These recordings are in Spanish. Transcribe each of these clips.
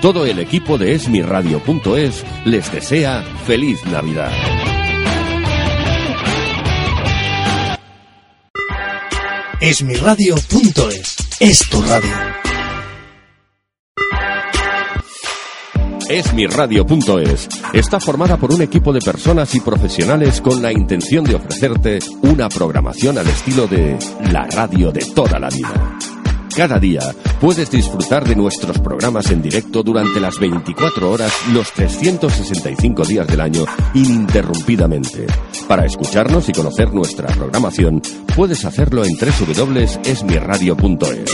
Todo el equipo de esmiradio.es les desea feliz Navidad. Esmiradio.es es tu radio. Esmirradio.es está formada por un equipo de personas y profesionales con la intención de ofrecerte una programación al estilo de la radio de toda la vida. Cada día puedes disfrutar de nuestros programas en directo durante las 24 horas, los 365 días del año, ininterrumpidamente. Para escucharnos y conocer nuestra programación, puedes hacerlo en www.esmirradio.es.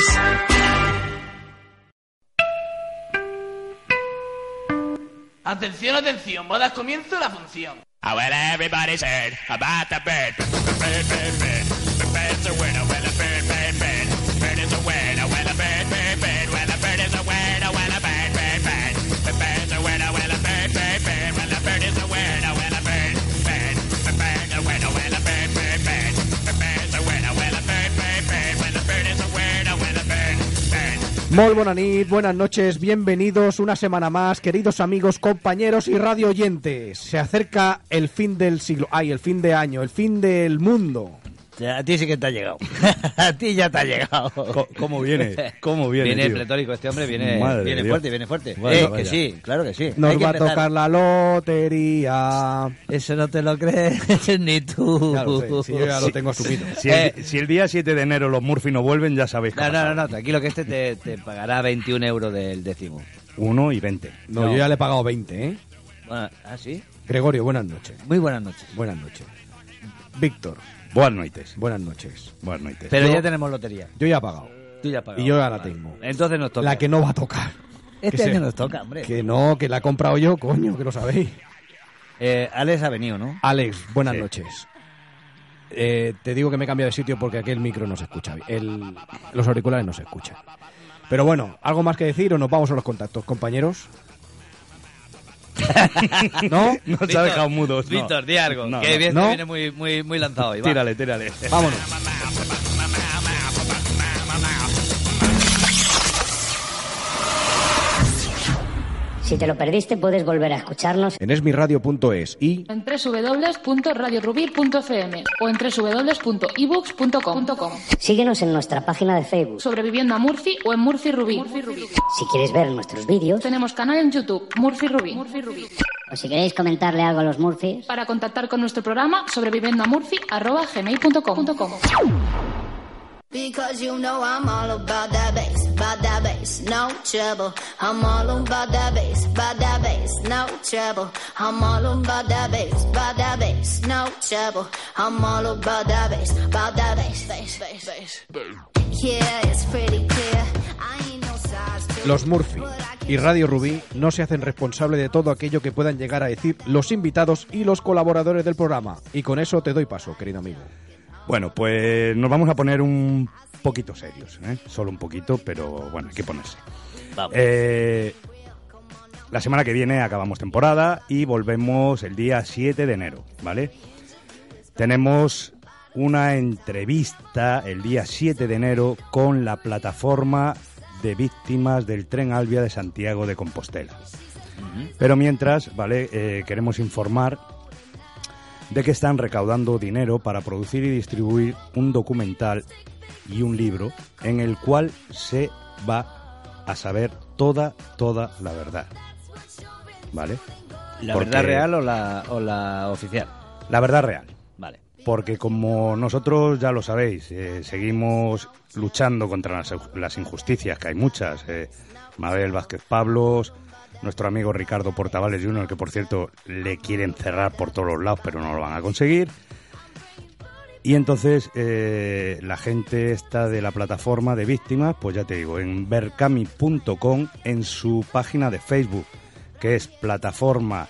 Atención, atención, voy a dar comienzo a la función. I well, everybody's heard about the bird. Bird, bird, bird. The bird's a word. Oh, well, a bird, bird, bird. Bird is a word. Oh, well, a bird, bird, bird. Well, a bird is a word. Oh, well, a bird, bird, bird. The bird's a word. Oh, well, a bird, bird, bird. Well, a bird is a word. Oh, well, a bird, bird. The bird's a word. Oh, well, a bird, bird, bird. The bird's a word. Oh, well, a bird, bird, bird. Well, a bird is a word. Oh, well, a bird, bird. Muy buena nit, buenas noches, bienvenidos una semana más, queridos amigos, compañeros y radio oyentes. Se acerca el fin del siglo, ay, el fin de año, el fin del mundo. Ya, a ti sí que te ha llegado. a ti ya te ha llegado. Co- ¿Cómo viene? ¿Cómo viene? Viene tío? pletórico este hombre, viene, Madre viene de Dios. fuerte, viene fuerte. Vaya, Eh, que vaya. sí, claro que sí. Hay Nos que va a empezar. tocar la lotería. Eso no te lo crees ni tú. Claro, sí, sí, yo ya lo tengo asumido. Si el, Eh. si el día 7 de enero los Murphy no vuelven, ya sabéis qué No, no, pasa. no, no, tranquilo que este te, te pagará 21 euros del décimo. Uno y 20. No, yo ya le he pagado 20, ¿eh? Bueno, ¿Ah, sí? Gregorio, buenas noches. Muy buenas noches. Buenas noches. Víctor, Buenas noches. buenas noches. Buenas noches. Pero Yo- ya tenemos lotería. Yo ya he pagado. Tú ya has pagado. Y yo ya la Vale. tengo. Entonces nos toca. La que no va a tocar. Este que año se- nos toca, hombre. Que no, que la he comprado yo, coño, que lo sabéis. Eh, Alex ha venido, ¿no? Alex, buenas Sí. noches. Eh, te digo que me he cambiado de sitio porque aquí el micro no se escucha, bien. el, los auriculares no se escuchan. Pero bueno, ¿algo más que decir o nos vamos a los contactos, compañeros? ¿No? Nos ha dejado mudos. no. Víctor, di algo. No, que no. viene, ¿No? viene muy, muy, muy lanzado hoy. va. Tírale, tírale. Vámonos. Si te lo perdiste, puedes volver a escucharnos En esmiradio.es y en www.radiorubir.fm o en www.ebooks.com síguenos en nuestra página de Facebook. sobreviviendo a Murphy o en Murphy Rubí. Si quieres ver nuestros vídeos Tenemos canal en YouTube, Murphy Rubí. o si queréis comentarle algo a los Murphys, Para contactar con nuestro programa, sobreviviendo a Murphy, arroba gmail.com. Because you know I'm all about that bass, about that bass, no trouble. I'm all about that bass, about that bass, no trouble. I'm all about that bass, about that bass, no trouble. I'm all about that bass, about that bass, bass, bass, bass. Yeah, it's pretty clear. I ain't no size two, los Murphy but I y can Radio Rubí no se hacen responsable de todo aquello que puedan llegar a decir los invitados y los colaboradores del programa. Y con eso te doy paso, querido amigo. Bueno, pues nos vamos a poner un poquito serios, ¿eh? Solo un poquito, pero bueno, hay que ponerse. Vamos. Eh, la semana que viene acabamos temporada y volvemos el día 7 de enero, ¿vale? Tenemos una entrevista el día 7 de enero con la plataforma de víctimas del tren Albia de Santiago de Compostela. Pero mientras, ¿vale? Eh, queremos informar de que están recaudando dinero para producir y distribuir un documental y un libro en el cual se va a saber toda, toda la verdad. ¿Vale? ¿La Porque- verdad real o la, o la oficial? La verdad real. Vale. Porque como nosotros ya lo sabéis, eh, seguimos luchando contra las, las injusticias, que hay muchas. eh, Mabel Vázquez Pablos, nuestro amigo Ricardo Portavales Jr., que por cierto le quieren cerrar por todos los lados, pero no lo van a conseguir. Y entonces eh, la gente está de la plataforma de víctimas, pues ya te digo, en berkami.com, en su página de Facebook, que es plataforma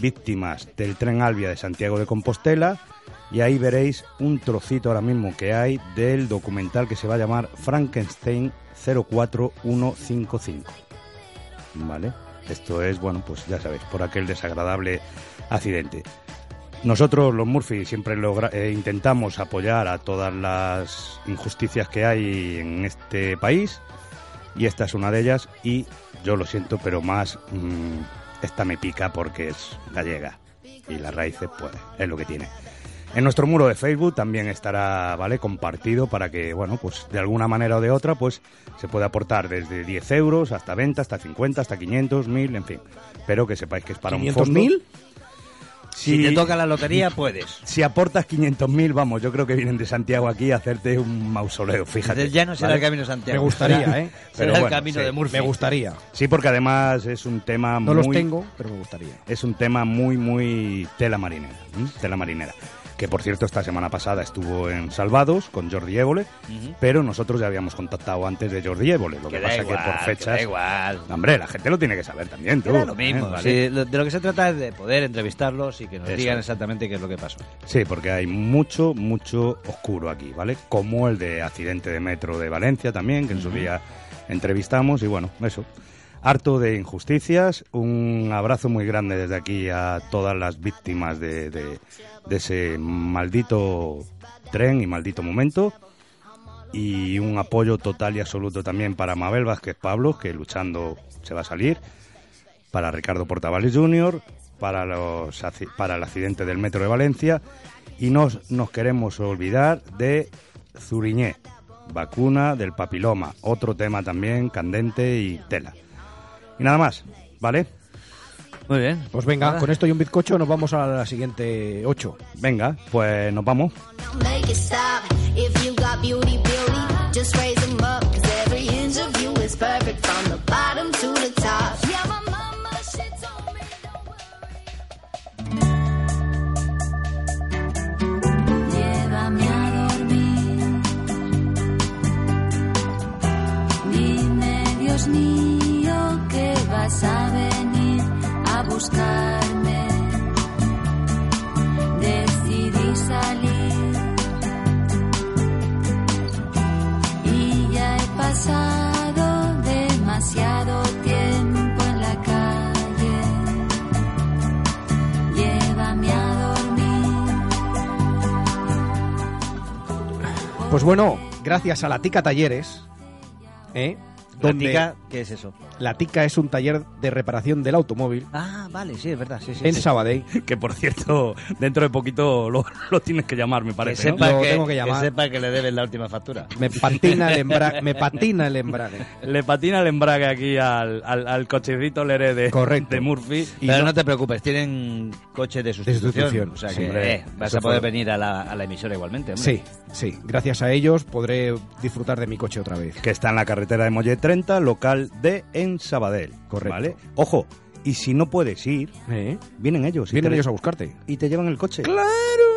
víctimas del tren Albia de Santiago de Compostela. Y ahí veréis un trocito ahora mismo que hay del documental que se va a llamar Frankenstein 04155. ¿Vale? Esto es, bueno, pues ya sabéis, por aquel desagradable accidente. Nosotros, los Murphy, siempre logra- eh, intentamos apoyar a todas las injusticias que hay en este país y esta es una de ellas y yo lo siento, pero más mm, esta me pica porque es gallega y las raíces pues es lo que tiene. En nuestro muro de Facebook también estará, ¿vale? Compartido para que, bueno, pues de alguna manera o de otra, pues se puede aportar desde 10 euros hasta 20, hasta 50, hasta 500, 1000, en fin. Pero que sepáis que es para un fondo. ¿500.000? Si te toca la lotería, puedes. Si aportas 500.000, vamos, yo creo que vienen de Santiago aquí a hacerte un mausoleo, fíjate. Ya no será el camino de Santiago. Me gustaría, ¿eh? Será el camino de Murcia. Me gustaría. Sí, porque además es un tema No muy... los tengo, pero me gustaría. Es un tema muy, muy tela marinera. ¿m? Tela marinera. Que por cierto, esta semana pasada estuvo en Salvados con Jordi Évole, pero nosotros ya habíamos contactado antes de Jordi Évole. Lo Que que, da pasa igual, que por que fechas. da igual. Hombre, la gente lo tiene que saber también, tú. Era lo ¿eh? mismo. Vale. sí, lo- de lo que se trata es de poder entrevistarlos y que nos Eso digan es. exactamente qué es lo que pasó. Sí, porque hay mucho, mucho oscuro aquí, ¿vale? Como el de accidente de metro de Valencia también, que en su día entrevistamos y bueno, eso. Harto de injusticias, un abrazo muy grande desde aquí a todas las víctimas de, de- de ese maldito tren y maldito momento. Y un apoyo total y absoluto también para Mabel Vázquez Pablos, que luchando se va a salir para Ricardo Portavales Jr., para, los, aci- para el accidente del metro de Valencia y no nos queremos olvidar de Zuriñé, vacuna del papiloma, otro tema también candente y tela. Y nada más, ¿vale? Muy bien. Pues venga, con esto y un bizcocho nos vamos a la siguiente 8. Venga, pues nos vamos. Make it stop if you got beauty, beauty. Just raise them up, cause every inch of you is perfect from the bottom to the top. Yeah, my mama, she told me. don't worry. Llévame a dormir. Dime, Dios mío, que vas a venir a buscarme. Decidí salir y ya he pasado demasiado tiempo en la calle. Llévame a dormir. Pues bueno, gracias a la Tica Talleres, ¿eh? Donde La tica, ¿Qué es eso? la Tica es un taller de reparación del automóvil Ah, vale, sí, es verdad. Sí, sí, en sí. Sabadell. Que por cierto, dentro de poquito lo, lo tienes que llamar, me Que parece. ¿no? sepa Lo que, tengo que que llamar. sepa que le debes la última factura. Me patina el embrague. Me patina el embrague. Le patina el embrague aquí al, al, al cochecito Leré de, Correcto. de Murphy. Y Pero no- no, te preocupes, tienen coche de sustitución. sustitución, O sea sí, que hombre, eh, vas eso a poder fue- venir a la, a la emisora igualmente. hombre. Sí, sí. Gracias a ellos podré disfrutar de mi coche otra vez. que está en la carretera de Mollet 30, local de en Sabadell. Correcto. ¿vale? Ojo, y si no puedes ir, ¿Eh? vienen ellos. y Vienen te- ellos a buscarte. Y te llevan el coche. ¡Claro!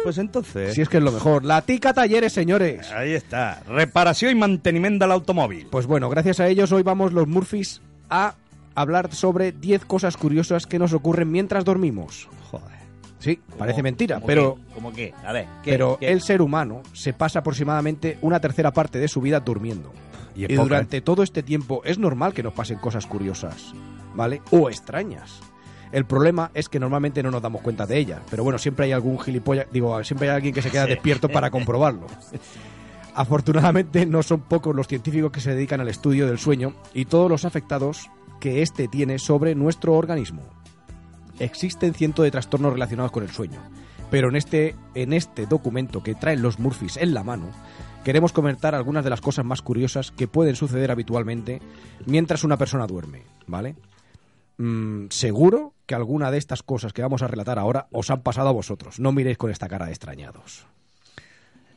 Pues entonces... Si es que es lo mejor. La Tica Talleres, señores. Ahí está. Reparación y mantenimiento del automóvil. Pues bueno, gracias a ellos hoy vamos los Murphys a hablar sobre 10 cosas curiosas que nos ocurren mientras dormimos. Joder. Sí, parece Como- mentira, como pero que- ¿Cómo qué? A ver, ¿qué- pero qué? el ser humano se pasa aproximadamente una tercera parte de su vida durmiendo. Y Y, es poca, durante todo este tiempo es normal que nos pasen cosas curiosas, ¿vale? O extrañas. El problema es que normalmente no nos damos cuenta de ellas, pero bueno, siempre hay algún gilipollas, digo, siempre hay alguien que se queda despierto para comprobarlo. Afortunadamente no son pocos los científicos que se dedican al estudio del sueño y todos los afectados que éste tiene sobre nuestro organismo. Existen cientos de trastornos relacionados con el sueño, pero en este, en este documento que traen los Murphys en la mano, queremos comentar algunas de las cosas más curiosas que pueden suceder habitualmente mientras una persona duerme, ¿vale? Mm, seguro que alguna de estas cosas que vamos a relatar ahora os han pasado a vosotros. No miréis con esta cara de extrañados.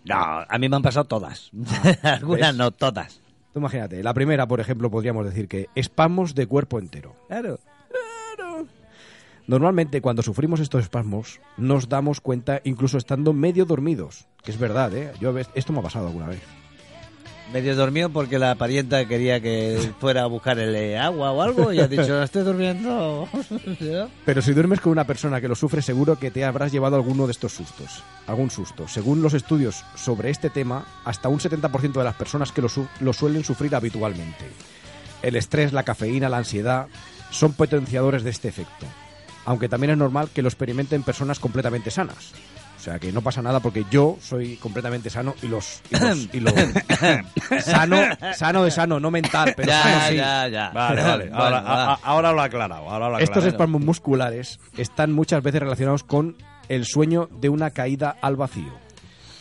No, a mí me han pasado todas. Algunas ¿ves? no, todas. Tú imagínate, la primera, por ejemplo, podríamos decir que espasmos de cuerpo entero. Claro. Normalmente cuando sufrimos estos espasmos nos damos cuenta incluso estando medio dormidos, que es verdad, ¿eh? Yo a veces- esto me ha pasado alguna vez. Medio dormido porque la parienta quería que fuera a buscar el eh, agua o algo y ha dicho, estoy durmiendo. Pero si duermes con una persona que lo sufre, seguro que te habrás llevado alguno de estos sustos. Algún susto. Según los estudios sobre este tema, hasta un 70% de las personas que lo, su- lo suelen sufrir habitualmente. El estrés, la cafeína, la ansiedad son potenciadores de este efecto. Aunque también es normal que lo experimenten personas completamente sanas. O sea que no pasa nada porque yo soy completamente sano y los. Y los, y los- sano, sano de sano, no mental, pero Ya, sano sí. ya, ya. Vale, vale. Bueno, Ahora, va. ah, a- a- ahora lo ha aclarado. Ahora lo ha Estos aclarado. espasmos musculares están muchas veces relacionados con el sueño de una caída al vacío.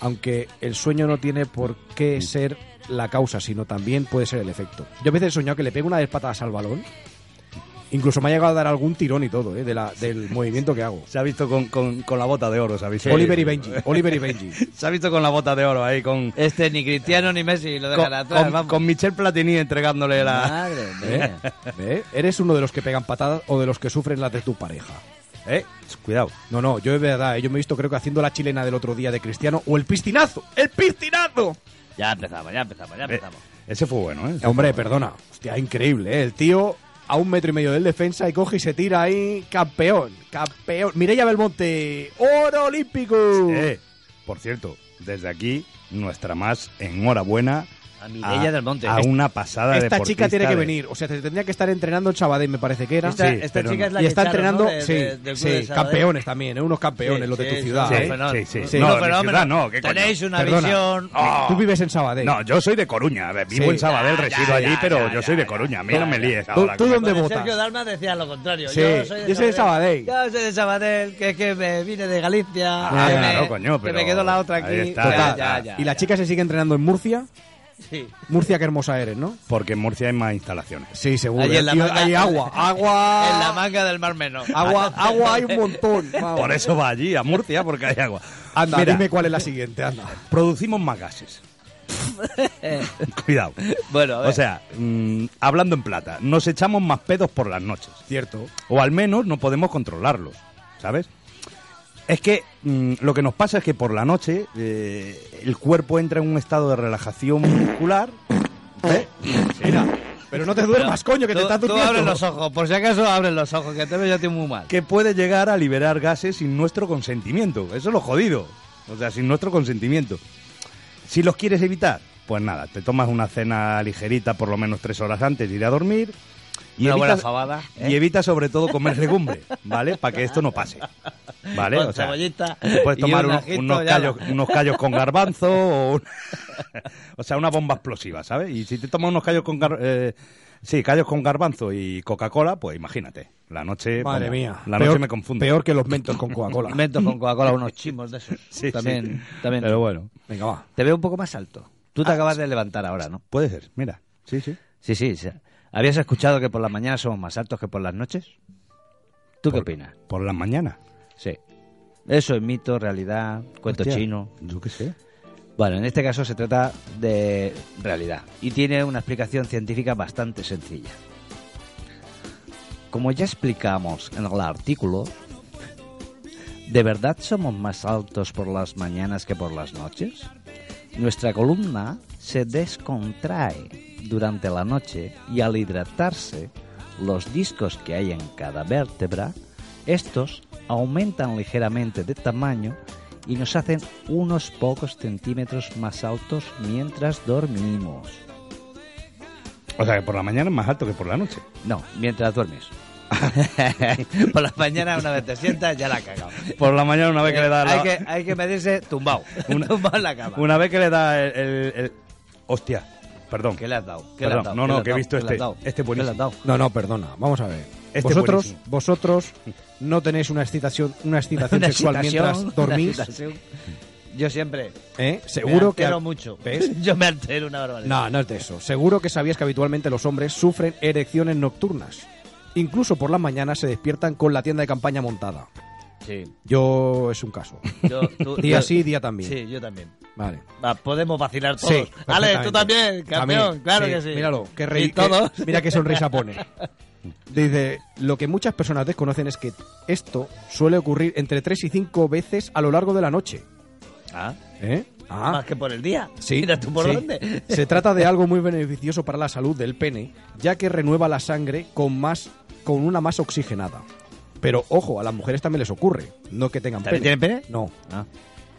Aunque el sueño no tiene por qué ser la causa, sino también puede ser el efecto. Yo a veces he soñado que le pego una de patadas al balón. Incluso me ha llegado a dar algún tirón y todo, ¿eh? de la- del movimiento que hago. Se ha visto con, con- con la bota de oro, se ha visto. Oliver y Benji, Oliver y Benji. Se ha visto con la bota de oro ahí, ah. con, Este ni Cristiano ni Messi lo con, dejan atrás. con- vamos. Ah. con Michel Platini entregándole la... Madre ¿Eh? mía. ¿Eh? ¿Eres uno de los que pegan patadas o de los que sufren las de tu pareja? Eh, cuidado. No, no, yo es verdad, ¿eh? yo me he visto creo que haciendo la chilena del otro día de Cristiano o el piscinazo, el piscinazo. Ya empezamos, ya empezamos, ya Eh, empezamos. ese fue bueno, ¿eh? Hombre, perdona, hostia, increíble, ¿eh? el tío a un metro y medio del defensa y coge y se tira ahí, campeón, campeón. Mireia Belmonte, oro olímpico. Eh, por cierto, desde aquí, nuestra más enhorabuena A Mireia del Monte. A una pasada Esta chica deportista tiene que de- venir, o sea, se tendría que estar entrenando en Sabadell, me parece que era. Esta, sí, esta pero chica no. es la y que está echaron, entrenando, ¿no? De- sí, de- del sí, club de Sabadell. campeones también, ¿eh? unos campeones Sí, los de sí, tu sí, ciudad. sí, ¿eh? fenómeno. Sí, sí, sí. Un No, de mi fenómeno. ciudad no, ¿qué coño? Tenéis una Perdona, visión... ¡Oh! Tú vives en Sabadell. No, yo soy de Coruña. a ver, Vivo Sí. en Sabadell, Ya, resido ya, allí, ya, pero ya, yo soy ya, de Coruña. A mí ya, no me ya. líes ¿Tú- ahora. tú que me- dónde Con el votas? Sergio Dalma decía lo contrario. Sí, yo soy de, yo soy de Sabadell. Yo soy de Sabadell, que es que me vine de Galicia. Ah, que, claro, me, coño, que pero me quedó la otra aquí. ahí está, Total. Ya, ahí ya, está. ya, y la ya. chica se sigue entrenando en Murcia. Sí. Murcia, qué hermosa eres, ¿no? Porque en Murcia hay más instalaciones. Sí, seguro. Ahí en la Y manga- hay agua, agua. En la manga del Mar Menor. agua, agua hay un montón. Ah, vamos. Por eso va allí, a Murcia, porque hay agua. Anda, Mira, dime cuál es la siguiente, anda. producimos más gases. Cuidado. Bueno, a ver. O sea, mm, hablando en plata, nos echamos más pedos por las noches. Cierto. O al menos no podemos controlarlos, ¿sabes? Es que mm, lo que nos pasa es que por la noche eh, el cuerpo entra en un estado de relajación muscular. ¿eh? Mira, pero no te duermas, coño, que te Tú- estás Tú abres durmiendo. los ojos, por si acaso abres los ojos, que te veo yo a ti muy mal. que puede llegar a liberar gases sin nuestro consentimiento. Eso es lo jodido. O sea, sin nuestro consentimiento. Si los quieres evitar, pues nada, te tomas una cena ligerita por lo menos tres horas antes de ir a dormir. Y Una buena evitas, fabada. ¿eh? y evita sobre todo comer legumbre, ¿vale? Para que esto no pase. ¿Vale? Con O sea, cebollita te puedes y tomar un un- ajito, unos, ya callos, la- unos callos con garbanzo o, un- o sea, una bomba explosiva, ¿sabes? Y si te tomas unos callos con gar- eh, sí, callos con garbanzo y Coca-Cola, pues imagínate. La noche Madre vamos, mía. La peor, noche me confunde. Peor que los mentos con Coca-Cola. Mentos con Coca-Cola, unos chimos de esos. Sí, sí. también, también. Pero bueno, Venga, va. Te veo un poco más alto. Tú Ah, te acabas de levantar ahora, ¿no? puede ser. Mira. Sí, sí. Sí, sí. sí. ¿Habías escuchado que por las mañanas somos más altos que por las noches? ¿Tú qué Por- opinas? Por la mañana. Sí. Eso es mito, realidad, cuento Hostia, chino. Yo qué sé. Bueno, en este caso se trata de realidad y tiene una explicación científica bastante sencilla. Como ya explicamos en el artículo, ¿de verdad somos más altos por las mañanas que por las noches? Nuestra columna se descontrae durante la noche y al hidratarse, los discos que hay en cada vértebra, estos aumentan ligeramente de tamaño y nos hacen unos pocos centímetros más altos mientras dormimos. O sea, que por la mañana es más alto que por la noche. No, mientras duermes. por la mañana una vez te sientas ya la has cagado. Eh, Por la mañana una vez que le da Hay la... que, hay que medirse tumbado. Una- tumbado en la cama. Una vez que le da el... el- el- Hostia, perdón. ¿Qué le has dado? ¿Qué le Perdón, has dado? no, ¿Qué no, le has que he dado? visto ¿Qué le has este- dado? este ¿Qué le has buenísimo. dado? No, no, perdona. Vamos a ver. Este vosotros, buenísimo. vosotros no tenéis una excitación, una excitación Una sexual excitación, mientras dormís. una excitación. Yo siempre ¿eh? Seguro me que. altero mucho. ¿Ves? Yo me altero una barbaridad. No, no es de eso. Seguro que sabías que habitualmente los hombres sufren erecciones nocturnas. Incluso por las mañanas se despiertan con la tienda de campaña montada. Sí. Yo es un caso. Yo, tú- Día yo- sí, día también. Sí, yo también. Vale. Va, podemos vacilar todos. Sí. Ale, perfectamente. tú también, campeón, También, claro que sí. Míralo, qué Y reí. qué- todos. mira qué sonrisa pone. Dice, lo que muchas personas desconocen es que esto suele ocurrir entre 3 y 5 veces a lo largo de la noche. Ah, ¿Eh? Ah, Más que por el día. sí. Mira tú por sí. dónde. Se trata de algo muy beneficioso para la salud del pene, ya que renueva la sangre con más con una más oxigenada. Pero ojo, a las mujeres también les ocurre, no que tengan pene. ¿También tienen pene? No. Ah.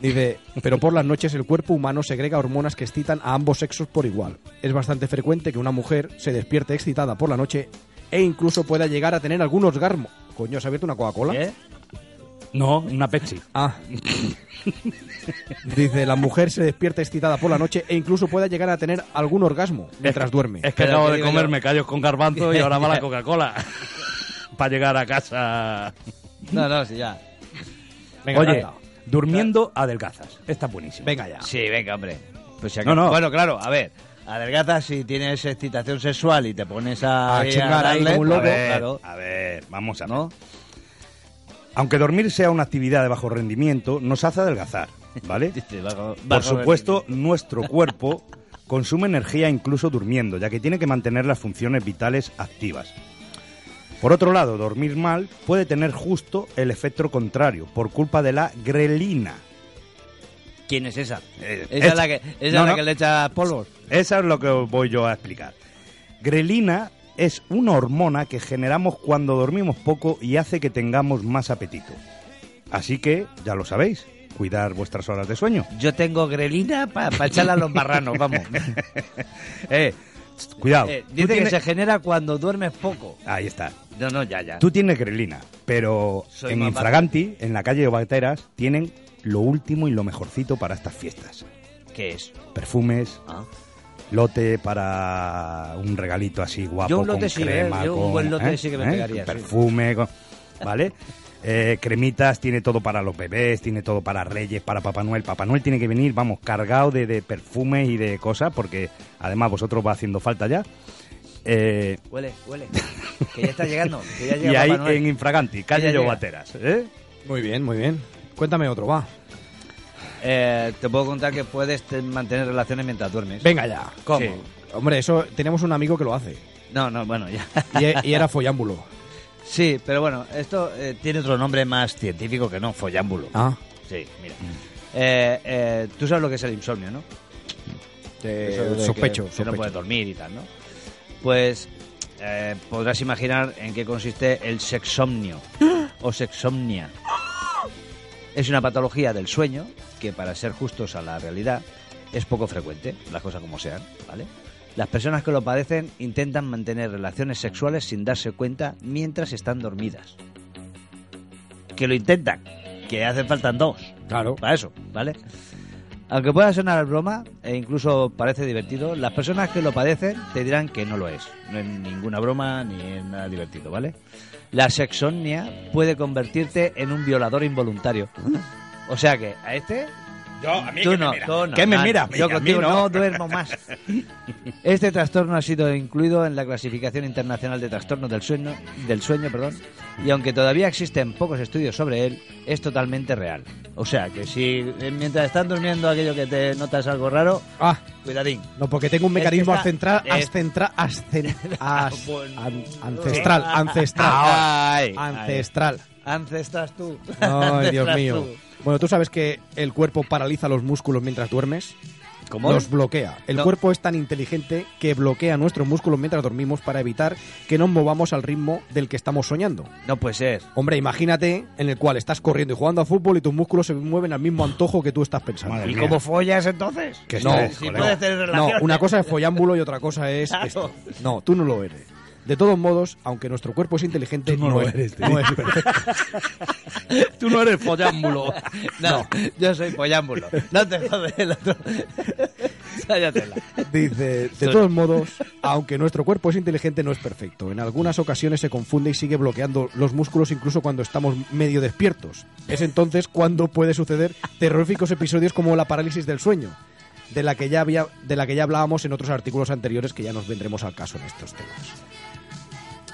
Dice, pero por las noches el cuerpo humano segrega hormonas que excitan a ambos sexos por igual. Es bastante frecuente que una mujer se despierte excitada por la ¿Eh? noche e incluso pueda llegar a tener algún orgasmo. Coño, ¿has abierto una Coca-Cola? ¿Qué? No, una Pepsi. Ah. Dice, la mujer se despierta excitada por la noche e incluso puede llegar a tener algún orgasmo mientras duerme. Es que Pero acabo ¿qué de digo comerme callos con garbanzo y ahora va la Coca-Cola. Para llegar a casa. No, no, sí, ya. Venga, Oye, anda. durmiendo adelgazas. Está buenísimo. yo? Venga ya. Sí, venga, hombre. Pues si No, acaso- no. Bueno, claro, a ver. Adelgazas si tienes excitación sexual y te pones a, A chingar ahí darle, como un loco. a ver, claro. A ver, vamos a ver. ¿No? Aunque dormir sea una actividad de bajo rendimiento, nos hace adelgazar, ¿vale? Dice, bajo- Por bajo supuesto, nuestro cuerpo consume energía incluso durmiendo, ya que tiene que mantener las funciones vitales activas. Por otro lado, dormir mal puede tener justo el efecto contrario, por culpa de la grelina. rendimiento. ¿Quién es esa? Eh, esa es esa. la que, esa es No, la no. que le echa polvos. Eso es lo que os voy yo a explicar. Grelina es una hormona que generamos cuando dormimos poco y hace que tengamos más apetito. Así que, ya lo sabéis, cuidar vuestras horas de sueño. Yo tengo grelina para echarla a los barranos, vamos. Eh, tst, cuidado. Eh, Tú dice que tienes- se genera cuando duermes poco. Ahí está. No, no, ya, ya. Tú tienes grelina, pero Soy en más Infraganti, en la calle de Bateras, tienen lo último y lo mejorcito para estas fiestas. ¿Qué es? Perfumes, Ah. lote para un regalito así guapo Yo un lote con sí, crema, ¿eh? Yo un con- ¿Eh? buen lote sí que me pegaría, sí. Perfume, con- ¿vale? Eh, cremitas, tiene todo para los bebés, tiene todo para Reyes, para Papá Noel. Papá Noel tiene que venir, vamos, cargado de, de perfumes y de cosas, porque además vosotros va haciendo falta ya. Eh, Huele, huele. Que ya está llegando. Que ya llega y ahí Papá Noel. en Infraganti, calle Ya llega. Llobateras, ¿eh? Muy bien, muy bien. Cuéntame otro, va. Eh, te puedo contar que puedes te- mantener relaciones mientras duermes. Venga ya. ¿Cómo? Hombre, eso tenemos un amigo que lo hace. No, no, bueno, ya. Y, e- y era follámbulo. Sí, pero bueno, esto eh, tiene otro nombre más científico que no, follámbulo. Ah. Sí, mira. Eh, eh, Tú sabes lo que es el insomnio, ¿no? Eso de que- Eh, sospecho, Que no sospecho. puedes dormir y tal, ¿no? Pues eh, podrás imaginar en qué consiste el sexomnio o sexomnia. Es una patología del sueño que, para ser justos a la realidad, es poco frecuente, las cosas como sean, ¿vale? Las personas que lo padecen intentan mantener relaciones sexuales sin darse cuenta mientras están dormidas. Que lo intentan, que hacen falta dos. Claro. Para eso, ¿vale? Aunque pueda sonar broma e incluso parece divertido, las personas que lo padecen te dirán que no lo es. No es ninguna broma ni es nada divertido, ¿vale? La sexomnia puede convertirte en un violador involuntario. O sea que a este Yo, a mí Tú que no, me mira. tú no, Que me no, Ah, mira, no, a mí, yo a mí contigo no. no duermo más. Este trastorno ha sido incluido en la clasificación internacional de trastornos del sueño, del sueño, perdón, y aunque todavía existen pocos estudios sobre él, es totalmente real. O sea, que si eh, mientras estás durmiendo aquello que te notas algo raro, Ah, cuidadín. no, porque tengo un Es que mecanismo está- ancestral, es- ancestral, ancestral, Ah, ancestral, Ay, ancestral. ay. Ancestras tú. Ay, Dios Ancestras mío. tú. Bueno, tú sabes que el cuerpo paraliza los músculos mientras duermes. ¿Cómo? Los bloquea. El No. cuerpo es tan inteligente que bloquea nuestros músculos mientras dormimos para evitar que nos movamos al ritmo del que estamos soñando. No puede ser. Hombre, imagínate en el cual estás corriendo y jugando a fútbol y tus músculos se mueven al mismo antojo que tú estás pensando. Madre ¿Y mía. cómo follas entonces? Que No, estrés, si colega. puedes tener No, relaciones. una cosa es follámbulo y otra cosa es Claro. esto. No, tú no lo eres. De todos modos, aunque nuestro cuerpo es inteligente, Tú no lo es- eres, tío. no es perfecto. Tú no eres follámbulo. No, yo soy pollámbulo. No te jodes el otro. Sállatela. Dice, de todos modos, aunque nuestro cuerpo es inteligente, no es perfecto. En algunas ocasiones se confunde y sigue bloqueando los músculos incluso cuando estamos medio despiertos. Es entonces cuando puede suceder terroríficos episodios como la parálisis del sueño, de la que ya, había, de la que ya hablábamos en otros artículos anteriores que ya nos vendremos al caso en estos temas.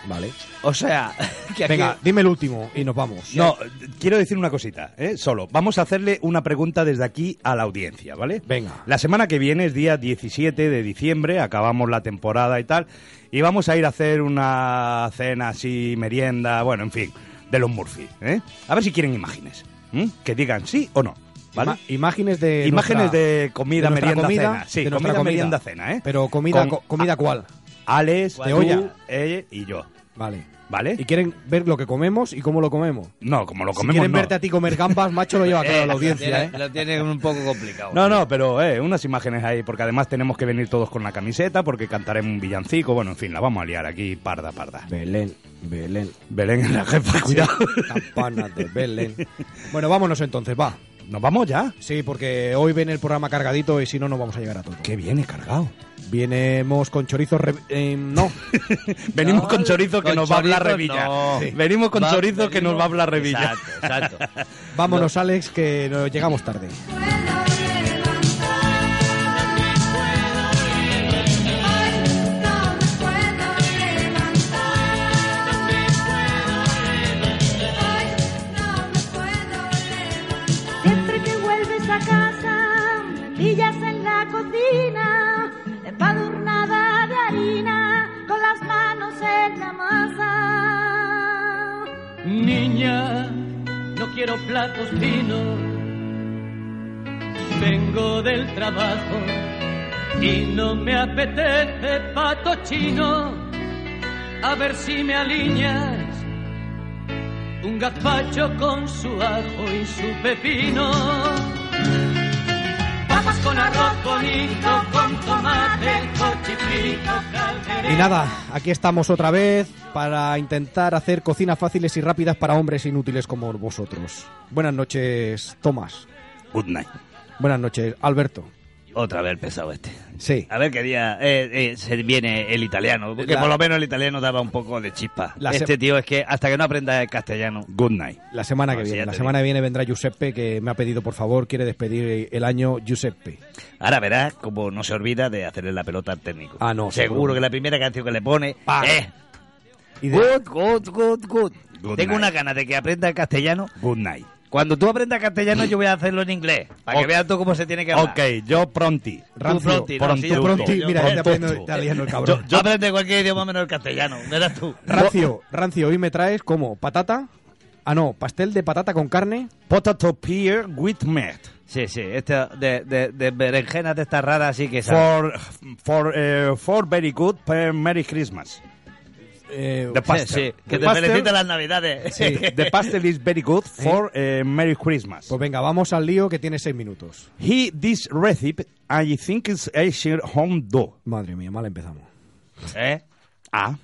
Vale. O sea, que aquí... Venga, dime el último y nos vamos. No, quiero decir una cosita, ¿eh? solo. Vamos a hacerle una pregunta desde aquí a la audiencia, ¿vale? Venga. La semana que viene es día 17 de diciembre, acabamos la temporada y tal, y vamos a ir a hacer una cena así, merienda, bueno, en fin, de los Murphy, ¿eh? A ver si quieren imágenes, ¿m? que digan sí o no, ¿vale? Ima- imágenes de Imágenes nuestra- de comida, de nuestra merienda, comida, cena. Sí, de nuestra comida, comida. merienda, cena, ¿eh? Pero comida Con co- comida a- cuál? Alex, ¿Cuál? de olla. y yo, Vale. ¿vale? Y quieren ver lo que comemos y cómo lo ¿Eh? comemos. No, como lo si comemos quieren no. verte a ti comer gambas, macho, lo lleva claro la audiencia, tiene- ¿eh? Lo tiene un poco complicado. No, no, pero eh, unas imágenes ahí, porque además tenemos que venir todos con la camiseta, porque cantaremos un villancico, bueno, en fin, la vamos a liar aquí parda, parda. Belén, Belén. Belén es la jefa, cuidado. Campanas de Belén. Bueno, vámonos entonces, va. ¿Nos vamos ya? Sí, porque hoy viene el programa cargadito y si no, no vamos a llegar a todo. ¿Qué viene cargado? Vienemos con chorizos... re- eh, no. Venimos con chorizo que con nos va a hablar chorizo, Revilla. no. Sí. Venimos con Va- chorizo que venimos- nos va a hablar Revilla. Exacto, exacto. Vámonos, Alex, que nos llegamos tarde. Siempre que vuelves a casa, brillas en la cocina, empadurnada de harina, con las manos en la masa. Niña, no quiero platos finos. Vengo del trabajo y no me apetece pato chino. A ver si me alineas un gazpacho con su ajo y su pepino. Papas con arroz bonito, con tomate, con chifrito, Y caldereta. nada, aquí estamos otra vez para intentar hacer cocinas fáciles y rápidas para hombres inútiles como vosotros. Buenas noches, Tomás. Good night. Buenas noches, Alberto. Otra vez pesado este. Sí. A ver qué día eh, eh, se viene el italiano. Porque La- por lo menos el italiano daba un poco de chispa. La se- este tío es que hasta que no aprenda el castellano. Good night. La semana que No, Pues sí, viene, ya la te semana que viene vendrá Giuseppe que me ha pedido por favor quiere despedir el año Giuseppe. Ahora verás como no se olvida de hacerle la pelota al técnico. Ah, no, Seguro, seguro. que la primera canción que le pone es Y de- Good, good, good, good. Good night. Tengo una gana de que aprenda el castellano. Good night. Cuando tú aprendas castellano yo voy a hacerlo en inglés. Para que Mm. Ok. veas tú cómo se tiene que hablar. Ok, yo pronti. Rancio, pronti, no, sí, yo pronti. mira, Yo ya te pronti. aprendo italiano el Yo, cabrón. yo aprendo cualquier idioma menos el castellano. Verás tú. Rancio, rancio, hoy me traes como patata. Ah, no, pastel de patata con carne. Potato pear with meat. Sí, sí, este de, de, de berenjenas de estas raras sí que sabe. For, for, eh, for very good, per Merry Christmas. Eh, The pastel. Sí, sí, que The te pastel- felicita las navidades. Sí, the pastel is very good for eh, Merry Christmas. Pues venga, vamos al lío que tiene seis minutos. He this recipe, I think it's Asian home do. Madre mía, mal empezamos. ¿Eh? A.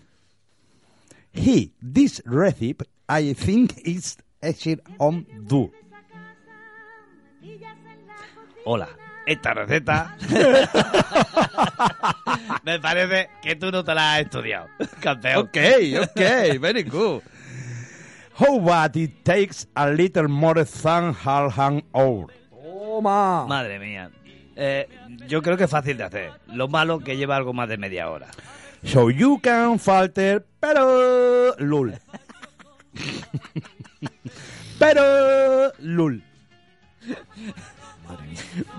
He this recipe, I think it's Asian home do. Hola, esta receta me parece que tú no te la has estudiado, campeón. Ok, ok, very good. How about it takes a little more than half an hour? Toma. Madre mía. Eh, yo creo que es fácil de hacer. Lo malo que lleva algo más de media hora. So you can falter, pero lul. pero lul.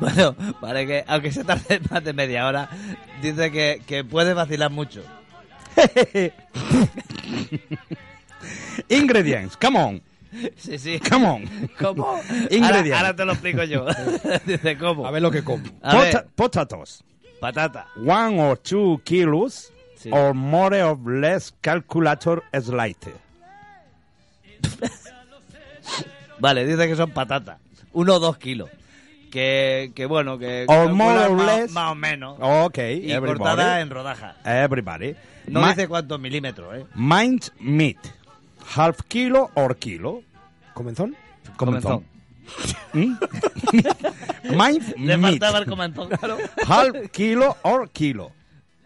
Bueno, para que aunque se tarde más de media hora, dice que, que puede vacilar mucho. Ingredients, come on, Sí, sí. come on. ¿Cómo? Ingredientes. Ahora, ahora te lo explico yo. dice, ¿cómo? A ver lo que como. A ver, Pota- potatoes, patata. one or two kilos Sí. or more or less calculator slice. Vale, dice que son patatas. Uno o dos kilos. Que, que bueno, que... Or calcula more or más, less. más o menos. Okay, y everybody. cortada en rodajas. Everybody. No Ma- dice cuántos milímetros, ¿eh? Mind meat. Half kilo or kilo. ¿Comenzón? Comenzón. ¿Mm? Mind Le meat. faltaba el comenzón, claro. Half kilo or kilo.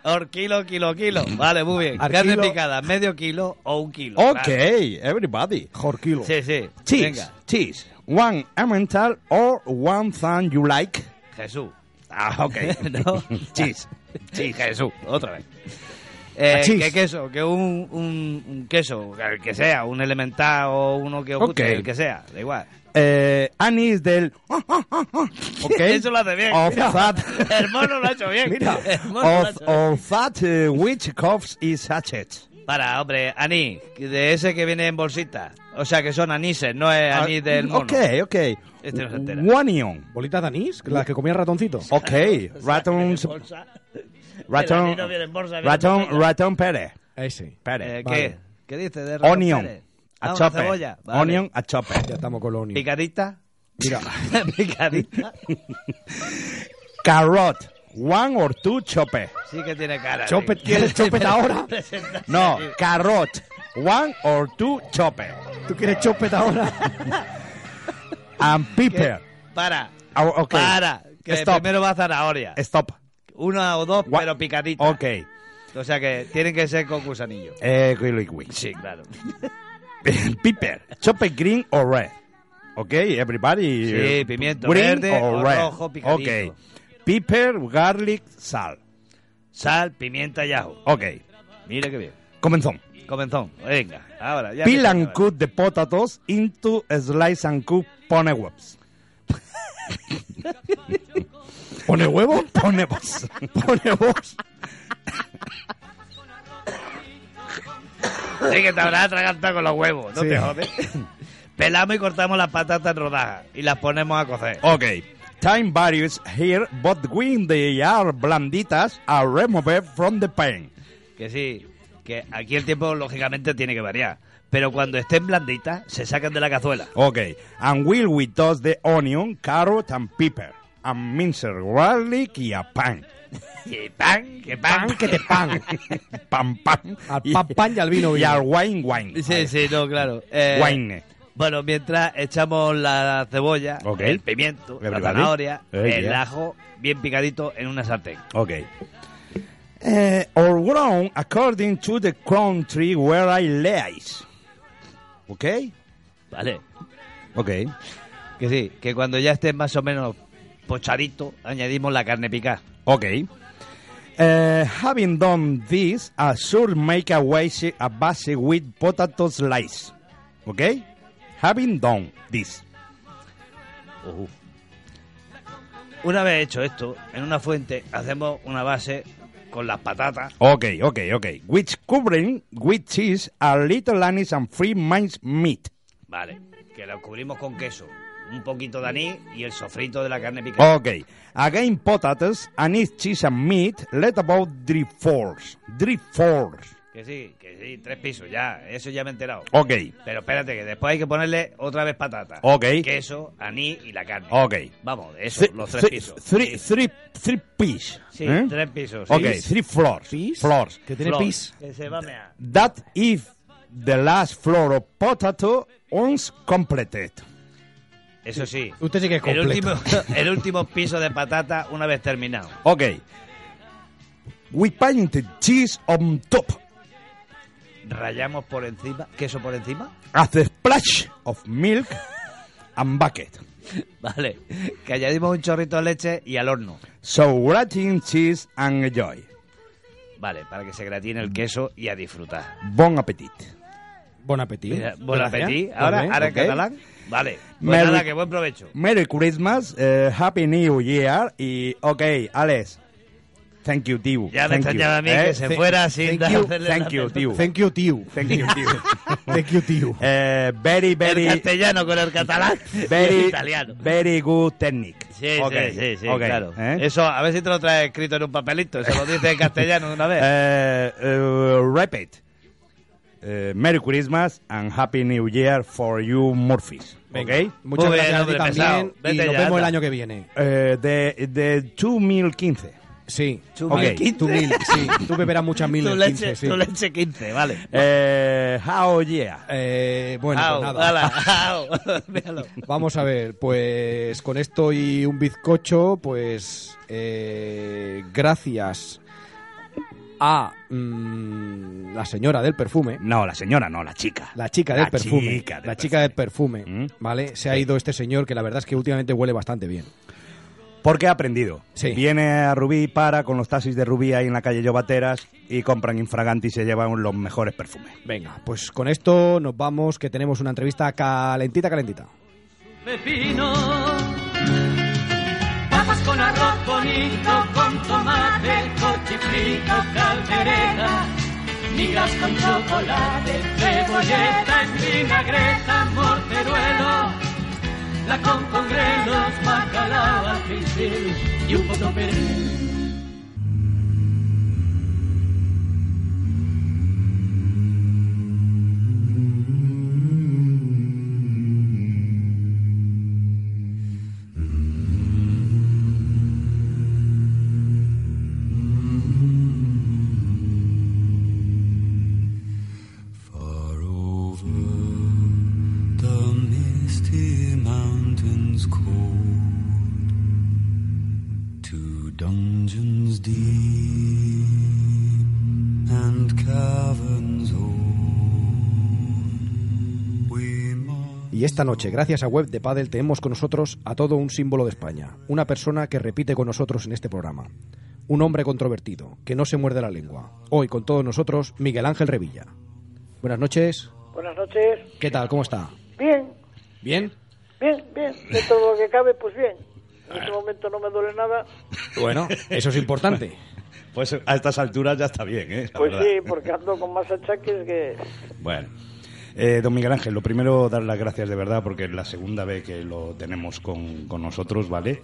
Or kilo, kilo, kilo. Mm. Vale, muy bien. Al Carne kilo. picada, medio kilo o un kilo. Claro. Okay, everybody. Jorquilo. Sí, sí. Cheese. Venga, Cheese. One emmental or one thing you like. Jesús. Ah, okay. ¿No? Cheese. Sí, Jesús, otra vez. Eh, Achís. que queso, que un, un, un queso, el que sea, un elemental o uno que os guste, Ok. el que sea, da igual. Eh, anís del... Okay. Eso lo hace bien. Of that... El mono lo ha hecho bien. Mira. Oh. El mono lo ha Of, hecho bien. of that uh, which coughs is sachet. Para, hombre, anís, de ese que viene en bolsita. O sea, que son anises, no es anís del mono. Ah, Ok, ok. Este no se entera. One ion. ¿Bolitas de anís? ¿Las que comía el ratoncito? Ok, ratón, Bolsa. ratón, El anís no viene en bolsa, viene en ratón, botella. ratón Pérez. Ese. Pérez. Eh, ¿Qué? Vale. ¿Qué dices de ratón Onion. Pérez? Ah, A una chope. cebolla. Vale. Onion a chope. Ya estamos con los onions. Picadita. Mira, Picadita. Carrot. One or two chope. Sí que tiene cara. Chopet, ¿quieres chopet ahora? Presenta- No, carrot. one or two chopper. ¿Tú quieres chopper ahora? and pepper. Para. Oh, okay. Para. Que Stop. primero va zanahoria. Stop. Una o dos, pero picadita. Ok. O sea que tienen que ser con gusanillo. Eh, Willy Wing. Sí, claro. Pepper. Chopper green or red. Okay, everybody. Sí, eh, pimiento green verde or o red. rojo picadito. Okay. Pepper, garlic, sal. Sal, pimienta y ajo. Okay. Mira qué bien. Comenzón. Comenzón. Venga, ahora. Ya Peel me and toca, cut the potatoes into slice and cook pone huevos. ¿Pone huevo? Pone huevos. Pone huevos. vale. Sí, que te habrás atragantado con los huevos. No Sí. te jodes. Pelamos y cortamos las patatas en rodajas y las ponemos a cocer. Okay. Time varies here, but when they are blanditas, are removed from the pan. Que sí, que aquí el tiempo lógicamente tiene que variar. Pero cuando estén blanditas, se sacan de la cazuela. Okay. And will we toss the onion, carrot, and pepper, and mince garlic y a pan. Y pan, que pan. Pan que te pan. pan, pan. Al pan, pan y al vino, Y vino. al wine, wine. Sí, sí, no, claro. Eh, Wine. Bueno, mientras echamos la cebolla, Ok. el pimiento, Everybody. la zanahoria, Eh, el yeah. ajo, bien picadito en una sartén. Okay. Eh, or grown according to the country where I lies. Okay? Vale. Ok. Que sí, que cuando ya esté más o menos pochadito, añadimos la carne picada. Okay. Uh, having done this, I should make a base, a base with potato slice. Okay? Having done this. Una vez hecho esto, en una fuente hacemos una base con las patatas. Okay, okay, okay. Which covering with cheese, a little anise and free minced meat. Vale, que la cubrimos con queso, un poquito de anís y el sofrito de la carne picada. Okay. Again, potatoes, anise, cheese, and meat. Let about three fourths. Three fourths. Que sí, que sí, tres pisos, ya, eso ya me he enterado. Okay. Pero espérate, que después hay que ponerle otra vez patata. Ok. Queso, anís y la carne. Okay. Vamos, eso, Th- los tres th- pisos. Three, three, three piece. Sí, eh? tres pisos. Okay, sí. three floors. Floors. Que tiene Flor, pis. Que se va a mear. That if the last floor of potato once completed. Eso sí. Usted sí que es El completo. último, el último piso de patata una vez terminado. Okay. We painted cheese on top Rayamos por encima, queso por encima. as a splash of milk and bucket. Vale. Que añadimos un chorrito de leche y al horno. So gratin cheese and enjoy. Vale, para que se gratine el queso y a disfrutar. Bon appetit. Buen apetito. Mira, Buen Gracias. apetito. Ahora, Vale, ahora ok. en catalán. Vale. Pues Merry- nada, que buen provecho. Merry Christmas, eh, Happy New Year y okay, Alex. Thank you, Dibu. Ya me Thank you. extrañaba a mí que se th- fuera sin thank you, hacerle Thank la you, Dibu. Thank you, tío. Thank you, Dibu. Thank you, tío. Eh, very, El very, castellano con el catalán y el very, italiano. very good technique. Sí, Okay, sí, sí, sí, okay, claro. eh? Eso, a ver si te lo traes escrito en un papelito. Eso lo dice en castellano de una vez. Eh, eh, repeat. Eh, Merry Christmas and Happy New Year for you, Murphys. Okay? Muchas Muy bien, gracias a ti hombre, también. pesado. Vete y nos ya, vemos el anda. año que viene. Eh, de, de 2015. Sí. Tú Ok. mil quince. Tú mil, sí. Tú beberás muchas mil Tu en leche, 15, sí. tu leche 15, vale. Eh, how yeah. Eh, bueno, Au, pues nada. ala, au. Míralo. Vamos a ver, pues con esto y un bizcocho, pues eh, gracias a mm, la señora del perfume, No, la señora, no, la chica. la chica del La perfume, chica del la chica del perfume, Mm. ¿vale? Se ha ido este señor que la verdad es que últimamente huele bastante bien. Porque ha aprendido. Sí. Viene a Rubí, para con los taxis de Rubí ahí en la calle Llobateras y compran infraganti y se llevan los mejores perfumes. Venga, pues con esto nos vamos, que tenemos una entrevista calentita, calentita. pepino, papas con arroz bonito, con tomate, cochifrito, caldereta, migas con chocolate, cebolleta en vinagreta, morteruelo, la con con grelos, bacalao al pincel y un poco perejil. For dungeons cold to dungeons deep and caverns old. We Y esta noche, gracias a Web de Padel, tenemos con nosotros a todo un símbolo de España, una persona que repite con nosotros en este programa. Un hombre controvertido, que no se muerde la lengua. Hoy con todos nosotros, Miguel Ángel Revilla. Buenas noches. Buenas noches. ¿Qué tal? ¿Cómo está? Bien, ¿Bien? bien, bien. De todo lo que cabe, pues bien. En este momento no me duele nada. Bueno, eso es importante. Pues a estas alturas ya está bien, ¿eh? La Pues verdad. sí, porque ando con más achaques que... Bueno. Eh, don Miguel Ángel, lo primero dar las gracias de verdad porque es la segunda vez que lo tenemos con, con nosotros, ¿vale?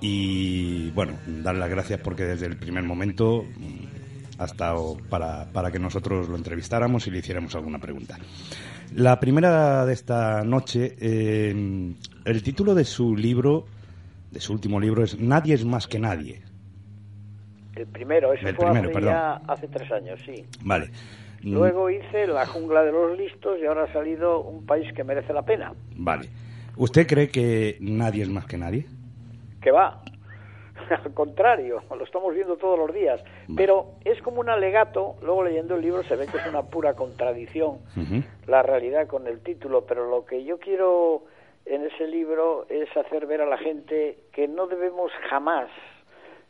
Y bueno, dar las gracias porque desde el primer momento mm, ha estado para, para que nosotros lo entrevistáramos y le hiciéramos alguna pregunta. La primera de esta noche, eh, el título de su libro, de su último libro es Nadie es más que nadie. El primero, eso El fue primero, hace, perdón. ya hace tres años, sí. Vale. Mm, Luego hice La jungla de los listos y ahora ha salido Un país que merece la pena. Vale. ¿Usted cree que nadie es más que nadie? que va. Al contrario, lo estamos viendo todos los días. Pero es como un alegato, luego leyendo el libro se ve que es una pura contradicción la realidad con el título, pero lo que yo quiero en ese libro es hacer ver a la gente que no debemos jamás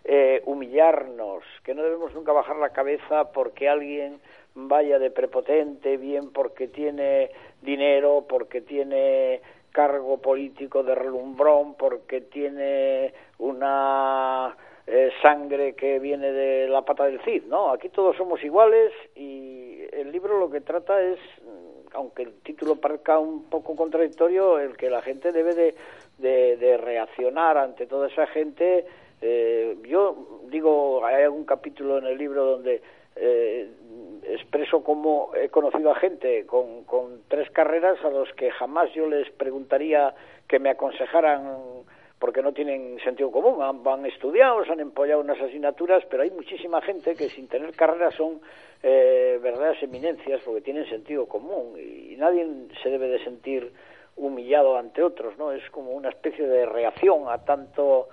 eh, humillarnos, que no debemos nunca bajar la cabeza porque alguien vaya de prepotente, bien porque tiene dinero, porque tiene cargo político de relumbrón, porque tiene una eh, sangre que viene de la pata del Cid, ¿no? Aquí todos somos iguales y eh, el libro lo que trata es, mm, aunque el título parezca un poco contradictorio, el que la gente debe de, de- de reaccionar ante toda esa gente. Eh, yo digo, hay algún capítulo en el libro donde eh, expreso cómo he conocido a gente con, con tres carreras a los que jamás yo les preguntaría que me aconsejaran porque no tienen sentido común, han, han estudiado, se han empollado unas asignaturas, pero hay muchísima gente que sin tener carrera son eh, verdaderas eminencias porque tienen sentido común y, nadie se debe de sentir humillado ante otros, ¿no? Es como una especie de reacción a tanto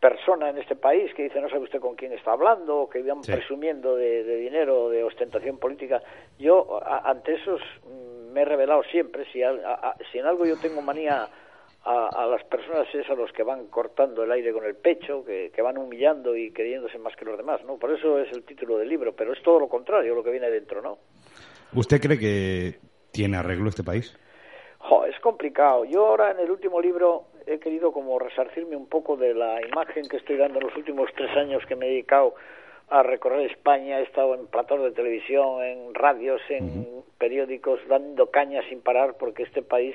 persona en este país que dice no sabe usted con quién está hablando, o que van Sí. presumiendo de, de dinero, de ostentación política. Yo a- ante esos mm, me he revelado siempre, si, al- a- a- si en algo yo tengo manía a, a las personas es a los que van cortando el aire con el pecho, que, que van humillando y creyéndose más que los demás, ¿no? Por eso es el título del libro, pero es todo lo contrario lo que viene dentro, ¿no? ¿Usted cree que tiene arreglo este país? Jo, es complicado. Yo ahora en el último libro he querido como resarcirme un poco de la imagen que estoy dando en los últimos tres años que me he dedicado a recorrer España. He estado en platos de televisión, en radios, en periódicos, dando caña sin parar porque este país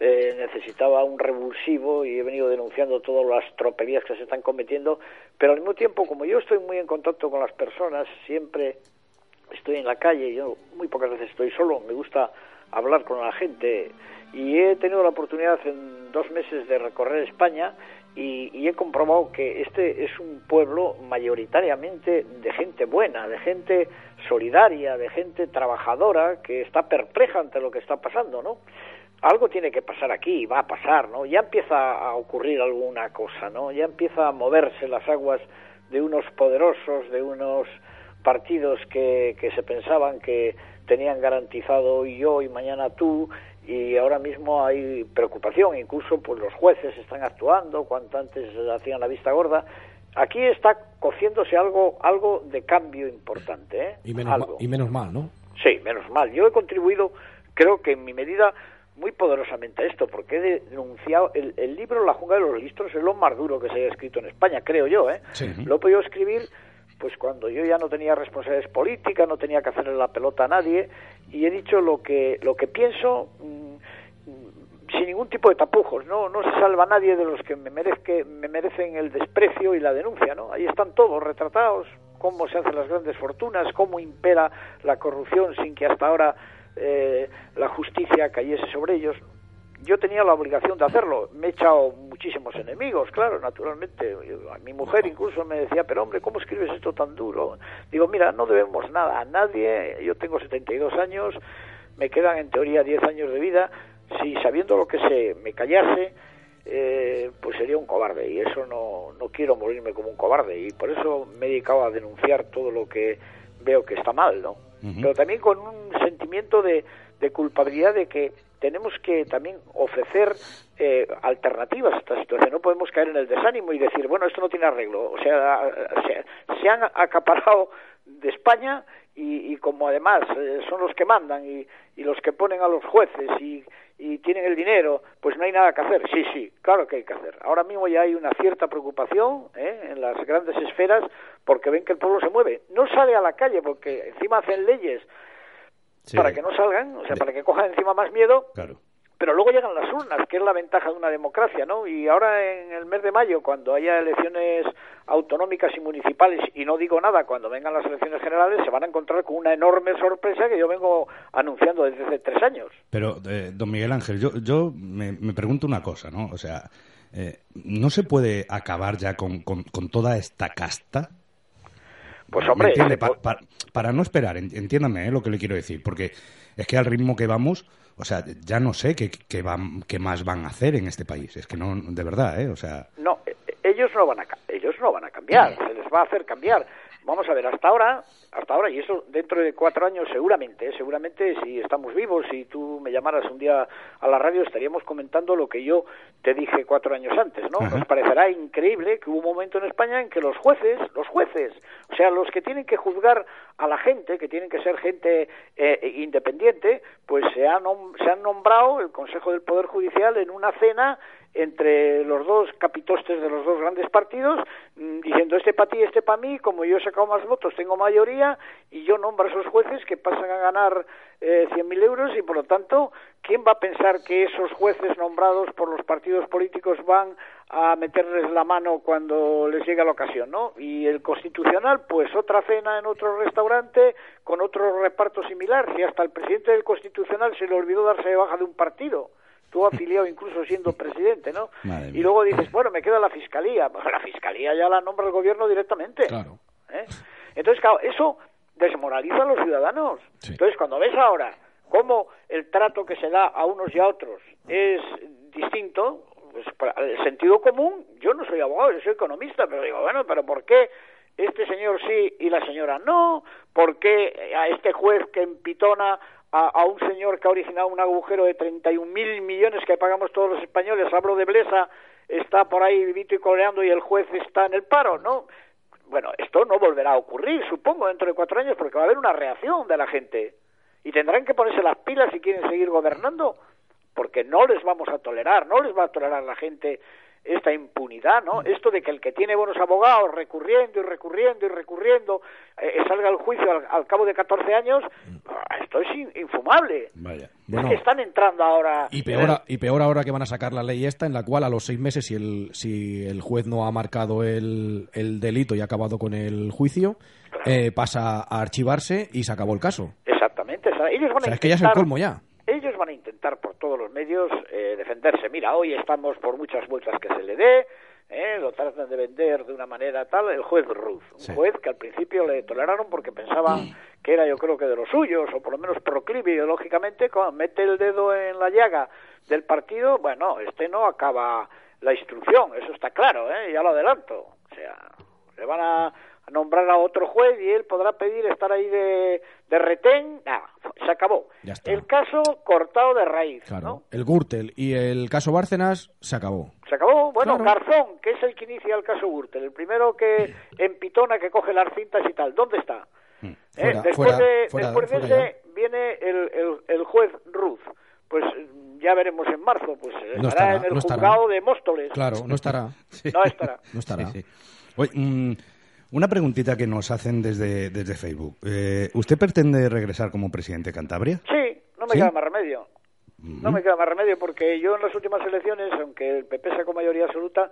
eh, necesitaba un revulsivo y he venido denunciando todas las tropelías que se están cometiendo. Pero al mismo tiempo, como yo estoy muy en contacto con las personas, siempre estoy en la calle, yo muy pocas veces estoy solo, me gusta hablar con la gente y he tenido la oportunidad en dos meses de recorrer España y, y he comprobado que este es un pueblo mayoritariamente de gente buena, de gente solidaria, de gente trabajadora que está perpleja ante lo que está pasando, ¿no? algo tiene que pasar aquí, va a pasar, ¿no? Ya empieza a ocurrir alguna cosa, ¿no? Ya empieza a moverse las aguas de unos poderosos, de unos partidos que, que se pensaban que tenían garantizado hoy yo y mañana tú y ahora mismo hay preocupación, incluso pues los jueces están actuando, cuanto antes hacían la vista gorda. Aquí está cociéndose algo, algo de cambio importante, ¿eh? Y menos, ma- Algo. y menos mal, ¿no? Sí, menos mal. Yo he contribuido, creo que en mi medida, muy poderosamente a esto, porque he denunciado. El, el libro La jungla de los listos es lo más duro que se haya escrito en España, creo yo, ¿eh? Sí. Lo he podido escribir pues cuando yo ya no tenía responsabilidades políticas, no tenía que hacerle la pelota a nadie, y he dicho lo que, lo que pienso sin ningún tipo de tapujos, no no se salva nadie de los que me merezque, me merecen el desprecio y la denuncia, ¿no? Ahí están todos retratados, cómo se hacen las grandes fortunas, cómo impera la corrupción sin que hasta ahora eh, la justicia cayese sobre ellos. Yo tenía la obligación de hacerlo, me he echado muchísimos enemigos, claro, naturalmente. Yo- a Mi mujer incluso me decía, pero hombre, ¿cómo escribes esto tan duro? Digo, mira, no debemos nada a nadie, yo tengo 72 años, me quedan en teoría 10 años de vida, si sabiendo lo que sé me callase eh, pues sería un cobarde y eso no, no quiero morirme como un cobarde y por eso me he dedicado a denunciar todo lo que veo que está mal, ¿no? Ujú. Pero también con un sentimiento de, de culpabilidad de que tenemos que también ofrecer eh, alternativas a esta situación. No podemos caer en el desánimo y decir, bueno, esto no tiene arreglo. O sea, se, se han acaparado de España y, y como además eh, son los que mandan y, y los que ponen a los jueces y, y tienen el dinero, pues no hay nada que hacer. Sí, sí, claro que hay que hacer. Ahora mismo ya hay una cierta preocupación ¿eh? en las grandes esferas porque ven que el pueblo se mueve. No sale a la calle porque encima hacen leyes para que no salgan, o sea, para que cojan encima más miedo. Pero luego llegan las urnas, que es la ventaja de una democracia, ¿no? Y ahora en el mes de mayo, cuando haya elecciones autonómicas y municipales, y no digo nada, cuando vengan las elecciones generales, se van a encontrar con una enorme sorpresa que yo vengo anunciando desde hace tres años. Pero, eh, don Miguel Ángel, yo, yo me, me pregunto una cosa, ¿no? O sea, eh, ¿no se puede acabar ya con, con- con toda esta casta? Pues, ¿Me hombre, entiende? eh, Pa- pa- para no esperar, en- entiéndame eh, lo que le quiero decir, porque es que al ritmo que vamos, o sea, ya no sé qué, qué, van- qué más van a hacer en este país. Es que no, de verdad, ¿eh? O sea, No, eh, ellos no van a ca- ellos no van a cambiar, se les va a hacer cambiar. Vamos a ver, hasta ahora, hasta ahora y eso dentro de cuatro años seguramente, eh, seguramente si estamos vivos, si tú me llamaras un día a la radio estaríamos comentando lo que yo te dije cuatro años antes, ¿no? Ajá. Nos parecerá increíble que hubo un momento en España en que los jueces, los jueces, o sea, los que tienen que juzgar a la gente, que tienen que ser gente eh, independiente, pues se, ha nom- se han nombrado el Consejo del Poder Judicial en una cena entre los dos capitostes de los dos grandes partidos, mm, diciendo este para ti, este para mí, como yo he sacado más votos, tengo mayoría, y yo nombro a esos jueces que pasan a ganar eh, 100.000 euros, y por lo tanto, ¿quién va a pensar que esos jueces nombrados por los partidos políticos van a meterles la mano cuando les llega la ocasión, ¿no? Y el constitucional, pues otra cena en otro restaurante con otro reparto similar, si hasta el presidente del constitucional se le olvidó darse de baja de un partido, estuvo afiliado incluso siendo presidente, ¿no? Y luego dices, bueno, me queda la fiscalía, Bueno, la fiscalía ya la nombra el gobierno directamente. ¿eh? Entonces, claro, eso desmoraliza a los ciudadanos. Entonces, cuando ves ahora cómo el trato que se da a unos y a otros es distinto, pues para el sentido común, yo no soy abogado, yo soy economista, pero digo, bueno, pero ¿por qué este señor sí y la señora no? ¿Por qué a este juez que empitona a, a un señor que ha originado un agujero de 31 mil millones que pagamos todos los españoles, hablo de Blesa, está por ahí vivito y coleando y el juez está en el paro, ¿no? Bueno, esto no volverá a ocurrir, supongo, dentro de cuatro años, porque va a haber una reacción de la gente. Y tendrán que ponerse las pilas si quieren seguir gobernando, porque no les vamos a tolerar, no les va a tolerar la gente esta impunidad, ¿no? Esto de que el que tiene buenos abogados recurriendo y recurriendo y recurriendo eh, salga al juicio al, al cabo de 14 años, ah, esto es in- infumable. Vaya. Bueno. Es que están entrando ahora. Y peor, a- y peor ahora que van a sacar la ley esta, en la cual a los seis meses, si el, si el juez no ha marcado el, el delito y ha acabado con el juicio, eh, pasa a archivarse y se acabó el caso. Exactamente. o sea, ellos van O sea, a es que ya es el intentar- colmo ya. Ellos van a intentar por todos los medios eh, defenderse. Mira, hoy estamos por muchas vueltas que se le dé, eh, lo tratan de vender de una manera tal. El juez Ruth, un juez que al principio le toleraron porque pensaba que era, yo creo que de los suyos, o por lo menos proclive ideológicamente, cuando mete el dedo en la llaga del partido, bueno, este no acaba la instrucción, eso está claro, eh, ya lo adelanto. O sea, le van a a nombrar a otro juez y él podrá pedir estar ahí de, de retén. Nada, se acabó. Ya está. El caso cortado de raíz, ¿no? Claro. El Gürtel y el caso Bárcenas se acabó. Se acabó. Bueno, Garzón, que es el que inicia el caso Gürtel, el primero que en Pitona que coge las cintas y tal. ¿Dónde está? Eh, Fuera, después fuera, de, fuera, después de fuera ya. ese viene el, el, el juez Ruth. Pues eh, ya veremos en marzo, pues eh, estará No estará, en el no estará. juzgado de Móstoles. Claro, no estará. No estará. No estará. Sí, sí. Oye, mm, una preguntita que nos hacen desde, desde Facebook. Eh, ¿Usted pretende regresar como presidente de Cantabria? Sí, no me ¿Sí? queda más remedio. No me queda más remedio porque yo en las últimas elecciones, aunque el PP sacó mayoría absoluta,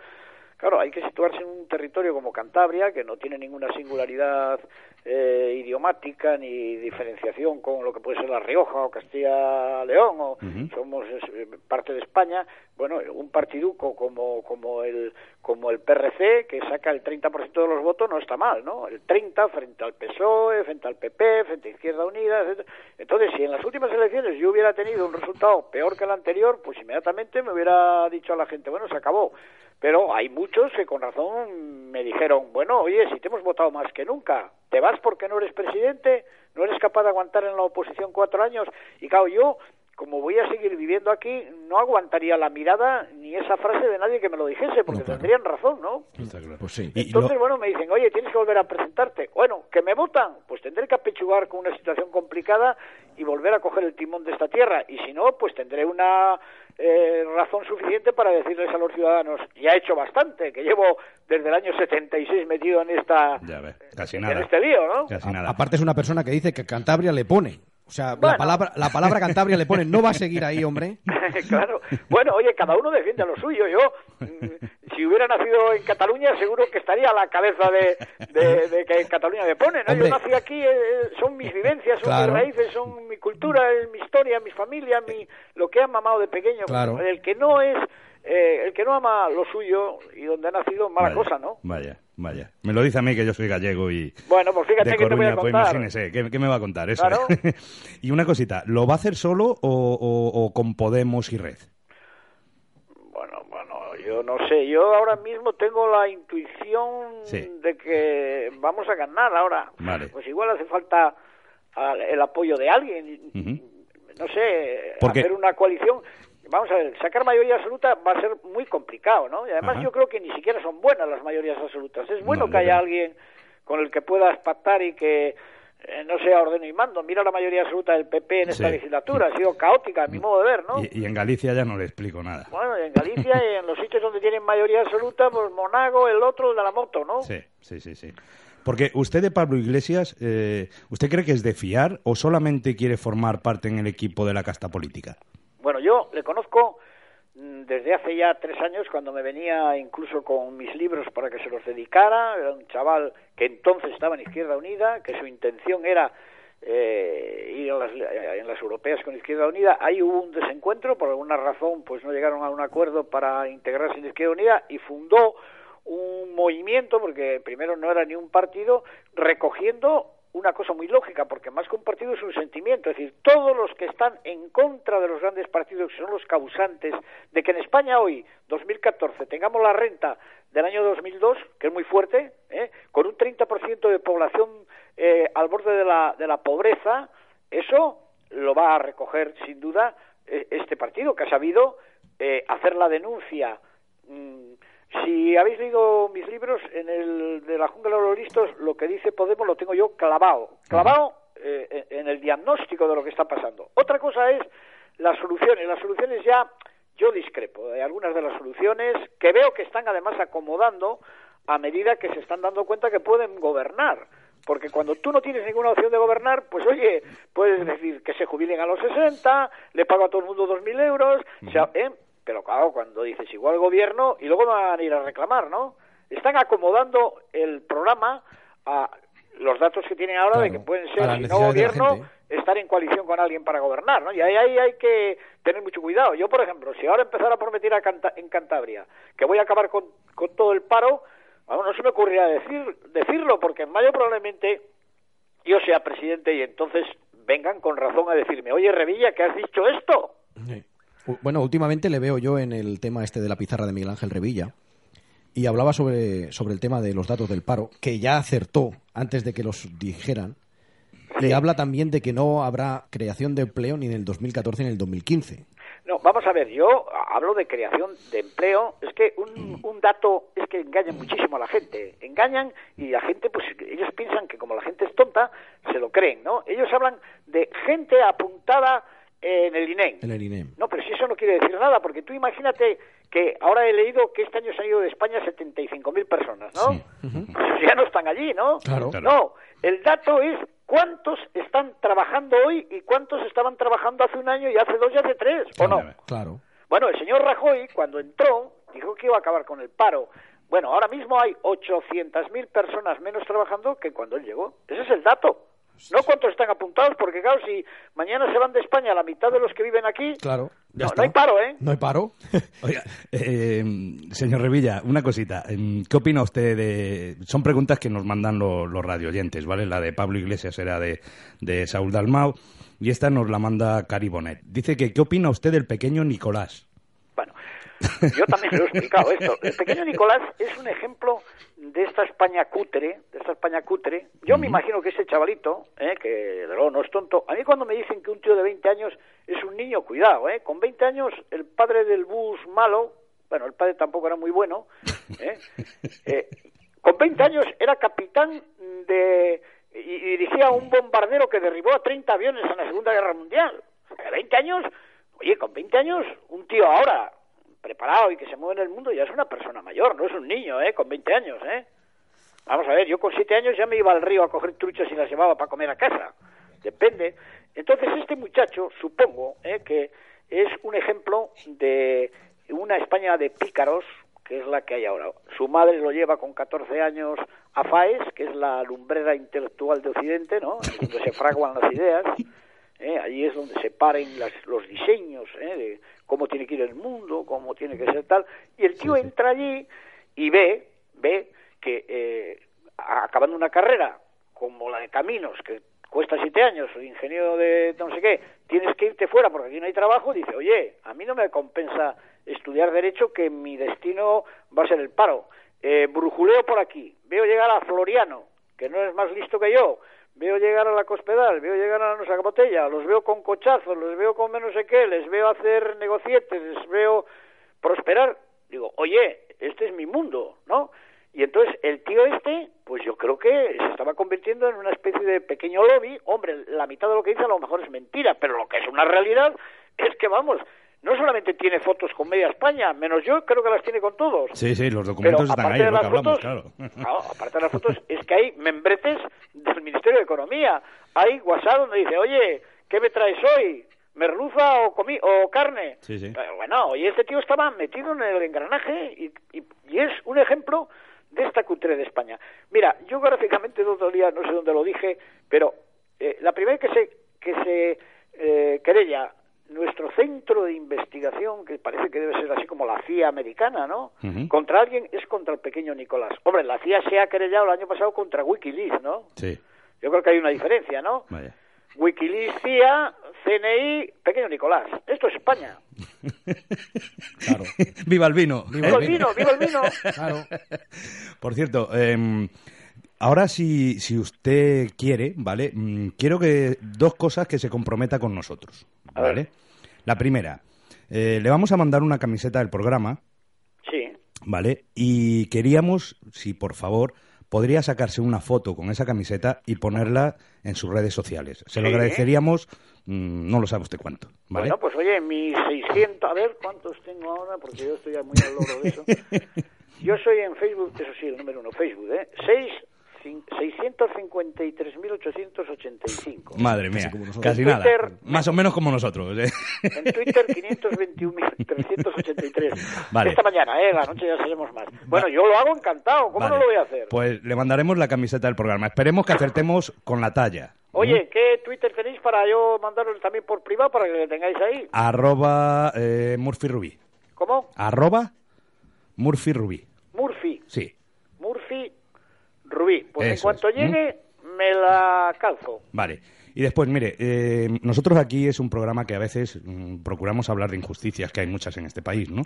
Claro, hay que situarse en un territorio como Cantabria, que no tiene ninguna singularidad eh, idiomática ni diferenciación con lo que puede ser La Rioja o Castilla-León, o Ujú. somos eh, parte de España. Bueno, un partiduco como, como, el, como el PRC, que saca el 30% de los votos, no está mal, ¿no? El 30% frente al PSOE, frente al PP, frente a Izquierda Unida, etc. Entonces, si en las últimas elecciones yo hubiera tenido un resultado peor que el anterior, pues inmediatamente me hubiera dicho a la gente, bueno, se acabó. Pero hay muchos que con razón me dijeron, bueno, oye, si te hemos votado más que nunca, ¿te vas porque no eres presidente? ¿No eres capaz de aguantar en la oposición cuatro años? Y claro, yo, como voy a seguir viviendo aquí, no aguantaría la mirada ni esa frase de nadie que me lo dijese, porque tendrían razón, ¿no? Pues sí. Entonces, bueno, me dicen, oye, tienes que volver a presentarte. Bueno, que me votan, pues tendré que apechugar con una situación complicada y volver a coger el timón de esta tierra. Y si no, pues tendré una eh, razón suficiente para decirles a los ciudadanos, ya he hecho bastante, que llevo desde el año 76 metido en esta Casi en nada. este lío, ¿no? Casi nada. Aparte es una persona que dice que Cantabria le pone. O sea, la, palabra, la palabra Cantabria le pone. No va a seguir ahí, hombre. claro. Bueno, oye, cada uno defiende lo suyo. Yo, mm, si hubiera nacido en Cataluña, seguro que estaría a la cabeza de, de- de que en Cataluña me ponen. ¿no? Yo Hombre. nací aquí, eh, eh, son mis vivencias, son Claro. mis raíces, son mi cultura, es mi historia, mi familia, mi, lo que han mamado de pequeño. Claro. El que no es, eh, el que no ama lo suyo y donde ha nacido, mala Vale. cosa, ¿no? Vaya, vaya. Me lo dice a mí que yo soy gallego y. Bueno, pues fíjate de que te voy Coruña, a pues contar. imagínese, ¿qué, qué me va a contar eso? eh? Claro. y una cosita, ¿lo va a hacer solo o, o- o con Podemos y Red? Bueno, yo no sé, yo ahora mismo tengo la intuición Sí. de que vamos a ganar ahora. Vale. Pues igual hace falta ah, el apoyo de alguien, Ujú. no sé, Porque- hacer una coalición. Vamos a ver, sacar mayoría absoluta va a ser muy complicado, ¿no? Y además Ajá. yo creo que ni siquiera son buenas las mayorías absolutas. Es bueno No, que yo haya creo- alguien con el que puedas pactar y que eh, no sea ordeno y mando. Mira la mayoría absoluta del PP en esta Sí. legislatura, ha sido caótica a mi modo de ver, ¿no? Y, y en Galicia ya no le explico nada. Bueno, en Galicia y en los sitios donde tienen mayoría absoluta, pues Monago, el otro, el de la moto, ¿no? Sí, sí, sí, sí. Porque usted de Pablo Iglesias, eh, ¿usted cree que es de fiar o solamente quiere formar parte en el equipo de la casta política? Bueno, yo le conozco mm, desde hace ya tres años, cuando me venía incluso con mis libros para que se los dedicara. Era un chaval que entonces estaba en Izquierda Unida, que su intención era eh, ir a las, en las europeas con Izquierda Unida. Ahí hubo un desencuentro, por alguna razón, pues no llegaron a un acuerdo para integrarse en Izquierda Unida y fundó un movimiento, porque primero no era ni un partido, recogiendo una cosa muy lógica, porque más que un partido es un sentimiento, es decir, todos los que están en contra de los grandes partidos, que son los causantes de que en España hoy, 2014, tengamos la renta del año 2002, que es muy fuerte, ¿eh? con un 30% de población eh, al borde de la, de la pobreza, eso lo va a recoger sin duda eh, este partido, que ha sabido eh, hacer la denuncia Mm, si habéis leído mis libros, en el de la jungla de los listos, lo que dice Podemos lo tengo yo clavado, clavado eh, en el diagnóstico de lo que está pasando. Otra cosa es las soluciones. Las soluciones ya yo discrepo de algunas de las soluciones que veo que están además acomodando a medida que se están dando cuenta que pueden gobernar. Porque cuando tú no tienes ninguna opción de gobernar, pues oye, puedes decir que se jubilen a los 60, le pago a todo el mundo 2.000 euros, o sea, ¿eh? pero claro, cuando dices igual gobierno y luego van a ir a reclamar, ¿no? Están acomodando el programa a los datos que tienen ahora de que pueden a ser, las si no necesidades de la gobierno, gente. estar en coalición con alguien para gobernar, ¿no? Y ahí, ahí hay que tener mucho cuidado. Yo, por ejemplo, si ahora empezara a prometer a Canta- en Cantabria que voy a acabar con, con todo el paro, vamos, no se me ocurriría decir, decirlo, porque en mayo probablemente yo sea presidente y entonces vengan con razón a decirme, oye, Revilla, ¿qué has dicho esto? U- Bueno, últimamente le veo yo en el tema este de la pizarra de Miguel Ángel Revilla y hablaba sobre, sobre el tema de los datos del paro, que ya acertó antes de que los dijeran. Y habla también de que no habrá creación de empleo ni en el 2014 ni en el 2015. No, vamos a ver, yo hablo de creación de empleo. Es que un, un dato es que engañan muchísimo a la gente. Engañan y la gente, pues ellos piensan que como la gente es tonta, se lo creen, ¿no? Ellos hablan de gente apuntada en el INEM. En el E INEM. No, pero si eso no quiere decir nada, porque tú imagínate que ahora he leído que este año se han ido de España 75.000 personas, ¿no? Pues ya no están allí, ¿no? Claro. Claro. No, el dato es cuántos están trabajando hoy y cuántos estaban trabajando hace un año y hace dos y hace tres, ¿o no? Claro. Bueno, el señor Rajoy, cuando entró, dijo que iba a acabar con el paro. Bueno, ahora mismo hay 800.000 personas menos trabajando que cuando él llegó. Ese es el dato. No cuántos están apuntados, porque claro, si mañana se van de España la mitad de los que viven aquí, Claro. ya no, está. no hay paro, ¿eh? No hay paro. Oiga, eh, señor Revilla, una cosita. Eh, ¿Qué opina usted de...? Son preguntas que nos mandan lo- los radioyentes, ¿vale? La de Pablo Iglesias era de, de Saúl Dalmau y esta nos la manda Cari Bonet. Dice que ¿qué opina usted del pequeño Nicolás? Yo también lo he explicado esto. El pequeño Nicolás es un ejemplo de esta España cutre, de esta España cutre. Yo me imagino que ese chavalito, ¿eh? que de luego no es tonto, a mí cuando me dicen que un tío de 20 años es un niño, cuidado, ¿eh? con 20 años el padre del bus malo, bueno, el padre tampoco era muy bueno, ¿eh? Eh, con 20 años era capitán de y, y dirigía un bombardero que derribó a 30 aviones en la Segunda Guerra Mundial. A 20 años, oye, con 20 años un tío ahora preparado y que se mueve en el mundo ya es una persona mayor, no es un niño, ¿eh? Con 20 años, ¿eh? Vamos a ver, yo con 7 años ya me iba al río a coger truchas y las llevaba para comer a casa. Depende. Entonces este muchacho, supongo, ¿eh? que es un ejemplo de una España de pícaros, que es la que hay ahora. Su madre lo lleva con 14 años a FAES, que es la lumbrera intelectual de Occidente, ¿no? Es Donde se fraguan las ideas. ¿eh? Ahí es donde se paren las- los diseños ¿eh? de cómo tiene que ir el mundo, cómo tiene que ser tal. Y el tío entra allí y ve, ve que eh, a- acabando una carrera como la de caminos, que cuesta siete años, soy ingeniero de no sé qué, tienes que irte fuera porque aquí no hay trabajo, dice, oye, a mí no me compensa estudiar derecho que mi destino va a ser el paro. Eh, brujuleo por aquí, veo llegar a Floriano, que no es más listo que yo, veo llegar a la Cospedal, veo llegar a la Nosa Botella, los veo con cochazos, los veo con menos sé qué, les veo hacer negocietes, les veo prosperar. Digo, oye, este es mi mundo, ¿no? Y entonces el tío este, pues yo creo que se estaba convirtiendo en una especie de pequeño lobby. Hombre, la mitad de lo que dice a lo mejor es mentira, pero lo que es una realidad es que, vamos, no solamente tiene fotos con media España, menos yo creo que las tiene con todos. Sí, sí, los documentos Pero están aparte ahí, de es lo que las hablamos, fotos, claro. Claro, aparte de las fotos, es que hay membretes del Ministerio de Economía. Hay WhatsApp donde dice, oye, ¿qué me traes hoy? ¿Merluza o, comi o carne? Sí, sí. Eh, Bueno, y este tío estaba metido en el engranaje y, y- y es un ejemplo de esta cutre de España. Mira, yo gráficamente el otro día, no sé dónde lo dije, pero eh, la primera que se, que se eh, querella nuestro centro de investigación, que parece que debe ser así como la CIA americana, ¿no? Ujú. Contra alguien es contra el pequeño Nicolás. Hombre, la CIA se ha querellado el año pasado contra Wikileaks, ¿no? Sí, Yo creo que hay una diferencia, ¿no? vaya. Wikileaks, CIA, CNI, pequeño Nicolás. Esto es España. ¡Viva el vino! ¡Viva el vino! ¡Viva el vino! Por cierto, eh, ahora si, si usted quiere, ¿vale? Mm, Quiero que dos cosas que se comprometa con nosotros, ¿vale? La primera, eh, le vamos a mandar una camiseta del programa, Sí. ¿vale? Y queríamos, si por favor, podría sacarse una foto con esa camiseta y ponerla en sus redes sociales. Se lo Sí. agradeceríamos, mm, no lo sabe usted cuánto, ¿vale? Bueno, pues oye, mis 600, a ver cuántos tengo ahora, porque yo estoy ya muy al loro de eso. Yo soy en Facebook, eso sí, el número uno, Facebook, ¿eh? 6, 653.885. Madre mía, casi En nada. Twitter- Más o menos como nosotros. ¿eh? En Twitter 521.383. Vale. Esta mañana, ¿eh? La noche ya seremos más. Bueno, yo lo hago encantado, ¿cómo no Vale. lo voy a hacer? Pues le mandaremos la camiseta del programa. Esperemos que acertemos con la talla. ¿eh? Oye, ¿qué Twitter tenéis para yo mandaros también por privado para que le tengáis ahí? Arroba eh, Murphy Rubí. ¿Cómo? Arroba Murphy Rubí. Murphy, Sí, Murphy, Rubí. Pues en Eso cuanto es. Mm. llegue, me la calzo. vale. Y después, mire, eh, nosotros aquí es un programa que a veces mm, procuramos hablar de injusticias, que hay muchas en este país, ¿no?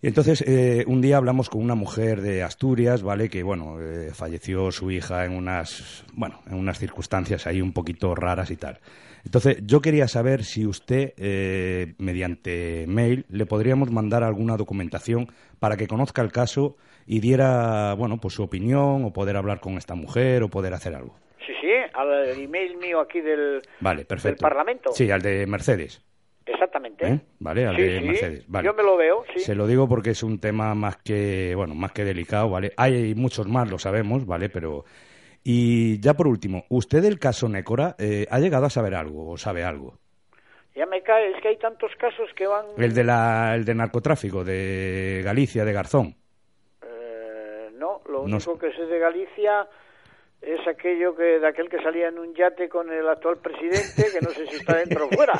Y entonces, eh, un día hablamos con una mujer de Asturias, ¿vale? Que, bueno, eh, falleció su hija en unas, bueno, en unas circunstancias ahí un poquito raras y tal. Entonces, yo quería saber si usted, eh, mediante mail, le podríamos mandar alguna documentación para que conozca el caso y diera, bueno, pues su opinión o poder hablar con esta mujer o poder hacer algo. Sí, sí, al email mío aquí del... Vale, perfecto. Parlamento? Sí, al de Mercedes. Exactamente. ¿Eh? Vale, al Sí, de sí, Mercedes. Vale. Yo me lo veo, sí. Se lo digo porque es un tema más que, bueno, más que delicado, ¿vale? Hay muchos más, lo sabemos, ¿vale? Pero... Y ya por último, ¿usted del caso Nécora eh, ha llegado a saber algo o sabe algo? Ya me cae, es que hay tantos casos que van... El de, la, el de narcotráfico, de Galicia, de Garzón. Eh, Lo No sé. único que sé de Galicia es aquello que de aquel que salía en un yate con el actual presidente, que no sé si está dentro o fuera.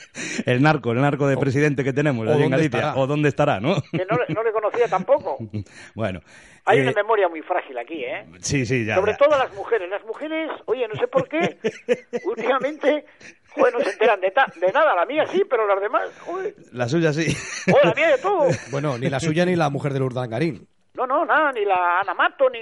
El narco, el narco de presidente que tenemos o allí en dónde Galicia. estará. O dónde estará, ¿no? Que no, le- no le conocía tampoco. bueno. Hay eh, una memoria muy frágil aquí, ¿eh? Sí, sí, ya. Sobre ya. todo las mujeres. Las mujeres, oye, no sé por qué, últimamente, joder, no se enteran de, ta- de nada. La mía sí, pero las demás, joder, La suya sí. joder, la mía de todo. Bueno, ni la suya ni la mujer del Urdangarín. No, no, nada, ah, ni la Ana Mato, ni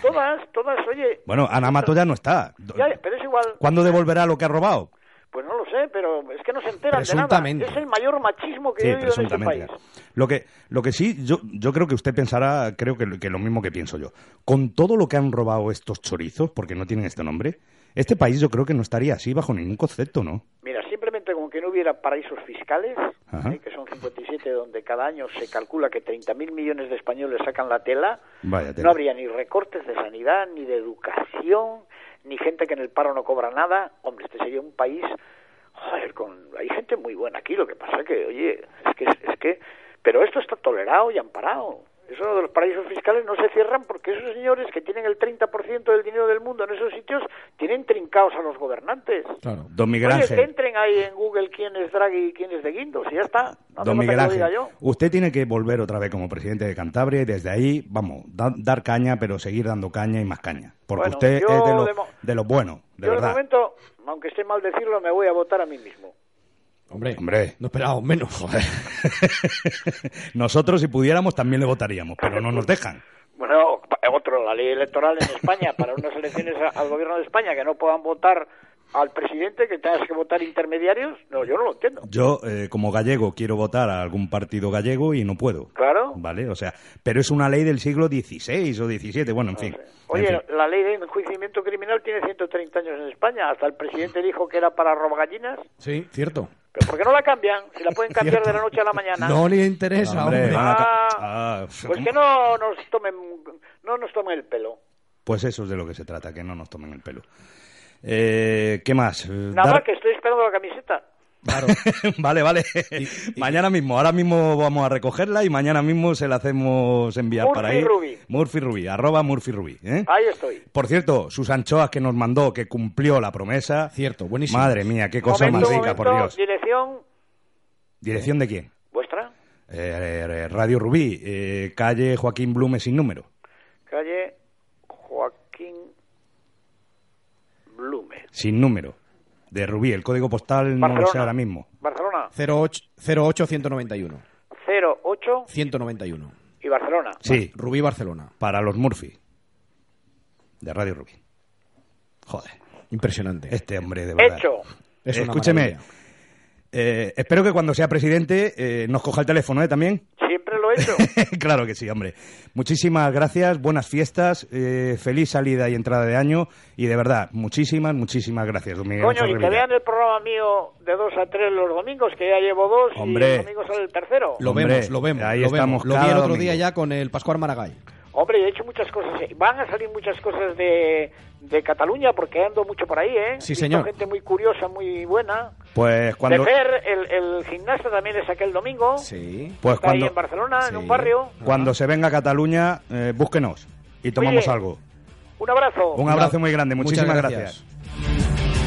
todas, todas, oye, Bueno, Ana Mato ya no está. ya, pero es igual, ¿Cuándo devolverá lo que ha robado? pues no lo sé, pero es que no se enteran de nada. Presuntamente. Es el mayor machismo que Sí, he oído en este país. presuntamente. Lo que, lo que sí, yo, yo creo que usted pensará, creo que, lo- que lo mismo que pienso yo. Con todo lo que han robado estos chorizos, porque no tienen este nombre, este país yo creo que no estaría así bajo ningún concepto, ¿no? Mira, simplemente como que no hubiera paraísos fiscales, Ajá. ¿eh? que son 57, donde cada año se calcula que 30.000 millones de españoles sacan la tela, Vaya, no tela. habría ni recortes de sanidad, ni de educación, ni gente que en el paro no cobra nada. Hombre, este sería un país... Joder, con, hay gente muy buena aquí, lo que pasa que, oye, es que... Es que pero esto está tolerado y amparado. Eso de los paraísos fiscales no se cierran porque esos señores que tienen el 30% del dinero del mundo en esos sitios tienen trincados a los gobernantes. Don Miguel Oye, que Ángel. entren ahí en Google quién es Draghi y quién es de Guindos y ya está. No hace Don falta que Miguel lo Ángel, diga yo. usted tiene que volver otra vez como presidente de Cantabria y desde ahí, vamos, da- dar caña, pero seguir dando caña y más caña. Porque Bueno, usted es yo de los de mo- de los buenos, de yo de verdad. momento, aunque esté mal decirlo, me voy a votar a mí mismo. Hombre, Hombre. no esperábamos menos. Nosotros, si pudiéramos, también le votaríamos, pero no nos dejan. Bueno, pa- otro, la ley electoral en España para unas elecciones a- al gobierno de España que no puedan votar al presidente, que tengas que votar intermediarios. No, yo no lo entiendo. Yo, eh, como gallego, quiero votar a algún partido gallego y no puedo. Claro. ¿Vale? O sea, pero es una ley del siglo XVI o XVII, bueno, en fin. Oye, en fin. la ley de enjuiciamiento criminal tiene 130 años en España. Hasta el presidente dijo que era para robagallinas. Sí, cierto. ¿Pero por qué no la cambian? Si la pueden cambiar de la noche a la mañana. No le interesa, Hombre, hombre. van a ca- Ah, Pues que no nos tomen, no nos tomen el pelo. Pues eso es de lo que se trata, que no nos tomen el pelo. Eh, ¿Qué más? Eh, Nada dar- más que estoy esperando la camiseta. vale, vale. mañana mismo, ahora mismo vamos a recogerla y mañana mismo se la hacemos enviar Murphy para ahí. Rubí. Murphy Rubí, arroba Murphy Rubí. ¿eh? Ahí estoy. Por cierto, sus anchoas que nos mandó, que cumplió la promesa. Cierto, buenísimo. Madre mía, qué cosa Momento, más rica, momento, por Dios. Dirección ¿Dirección de quién? vuestra, Eh, eh, Radio Rubí, eh, calle Joaquín Blume sin número. calle Joaquín Blume. Sin número. De Rubí, el código postal no lo sé Barcelona. ahora mismo. Barcelona 08 08191. 08 191. y Barcelona. Sí. Rubí Barcelona. Para los Murphy. De Radio Rubí. Joder. Impresionante. Este hombre, de verdad. Hecho. Es una Escúcheme. maravilla. eh, espero que cuando sea presidente eh, nos coja el teléfono, ¿eh? También. Siempre lo he hecho. claro que sí, hombre. Muchísimas gracias, buenas fiestas, eh, feliz salida y entrada de año. Y de verdad, muchísimas, muchísimas gracias, don Miguel Coño, Ángel y que Revilla. vean el programa mío de 2 a 3 los domingos, que ya llevo dos Hombre. y el domingo sale el tercero. Lo Hombre, vemos, lo vemos. ahí lo estamos vemos. Lo vi cada el otro domingo. día ya con el Pascual Maragall. Hombre, he hecho muchas cosas. eh. Van a salir muchas cosas de, de Cataluña porque ando mucho por ahí, ¿eh? He Sí, visto señor. gente muy curiosa, muy buena. Pues De cuando. Fer, el, el gimnasta también le saqué el domingo. Sí. Pues Está cuando- ahí en Barcelona, en un barrio. Cuando se venga a Cataluña, eh, búsquenos y tomamos Oye, algo. Un abrazo. Un abrazo muy grande, Muchas muchísimas gracias. gracias.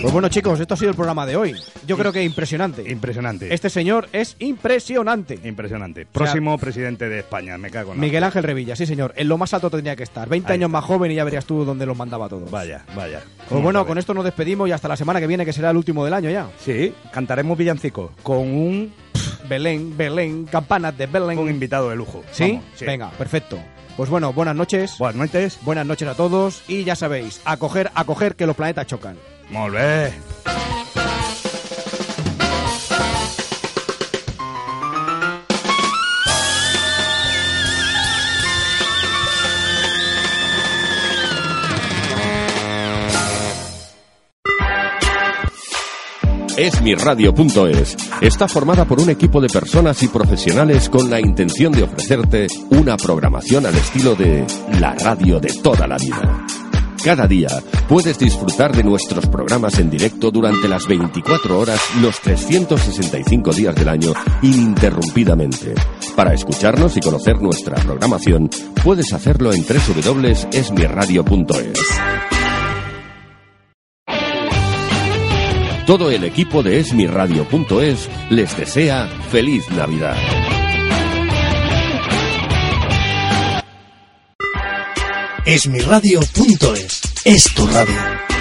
Pues bueno, chicos, esto ha sido el programa de hoy. Yo creo que impresionante. Impresionante. Este señor es impresionante. Impresionante. Próximo presidente de España, me cago en la- Miguel Ángel Revilla, sí señor, en lo más alto tendría que estar. 20 Ahí años más joven y ya verías tú dónde los mandaba todos. Vaya, vaya. Pues bueno, con esto nos despedimos y hasta la semana que viene, que será el último del año ya. Sí, cantaremos villancicos con un Belén, Belén, campanas de Belén. Un invitado de lujo. ¿Sí? Vamos, sí. Venga, perfecto. Pues bueno, buenas noches. Buenas noches. Buenas noches a todos y ya sabéis, a coger, a coger que los planetas chocan. Molt bé. Esmiradio.es está formada por un equipo de personas y profesionales con la intención de ofrecerte una programación al estilo de la radio de toda la vida. Cada día puedes disfrutar de nuestros programas en directo durante las 24 horas, los 365 días del año, ininterrumpidamente. Para escucharnos y conocer nuestra programación, puedes hacerlo en www.esmirradio.es. Todo el equipo de esmirradio.es les desea feliz Navidad. Esmiradio.es. Es tu radio.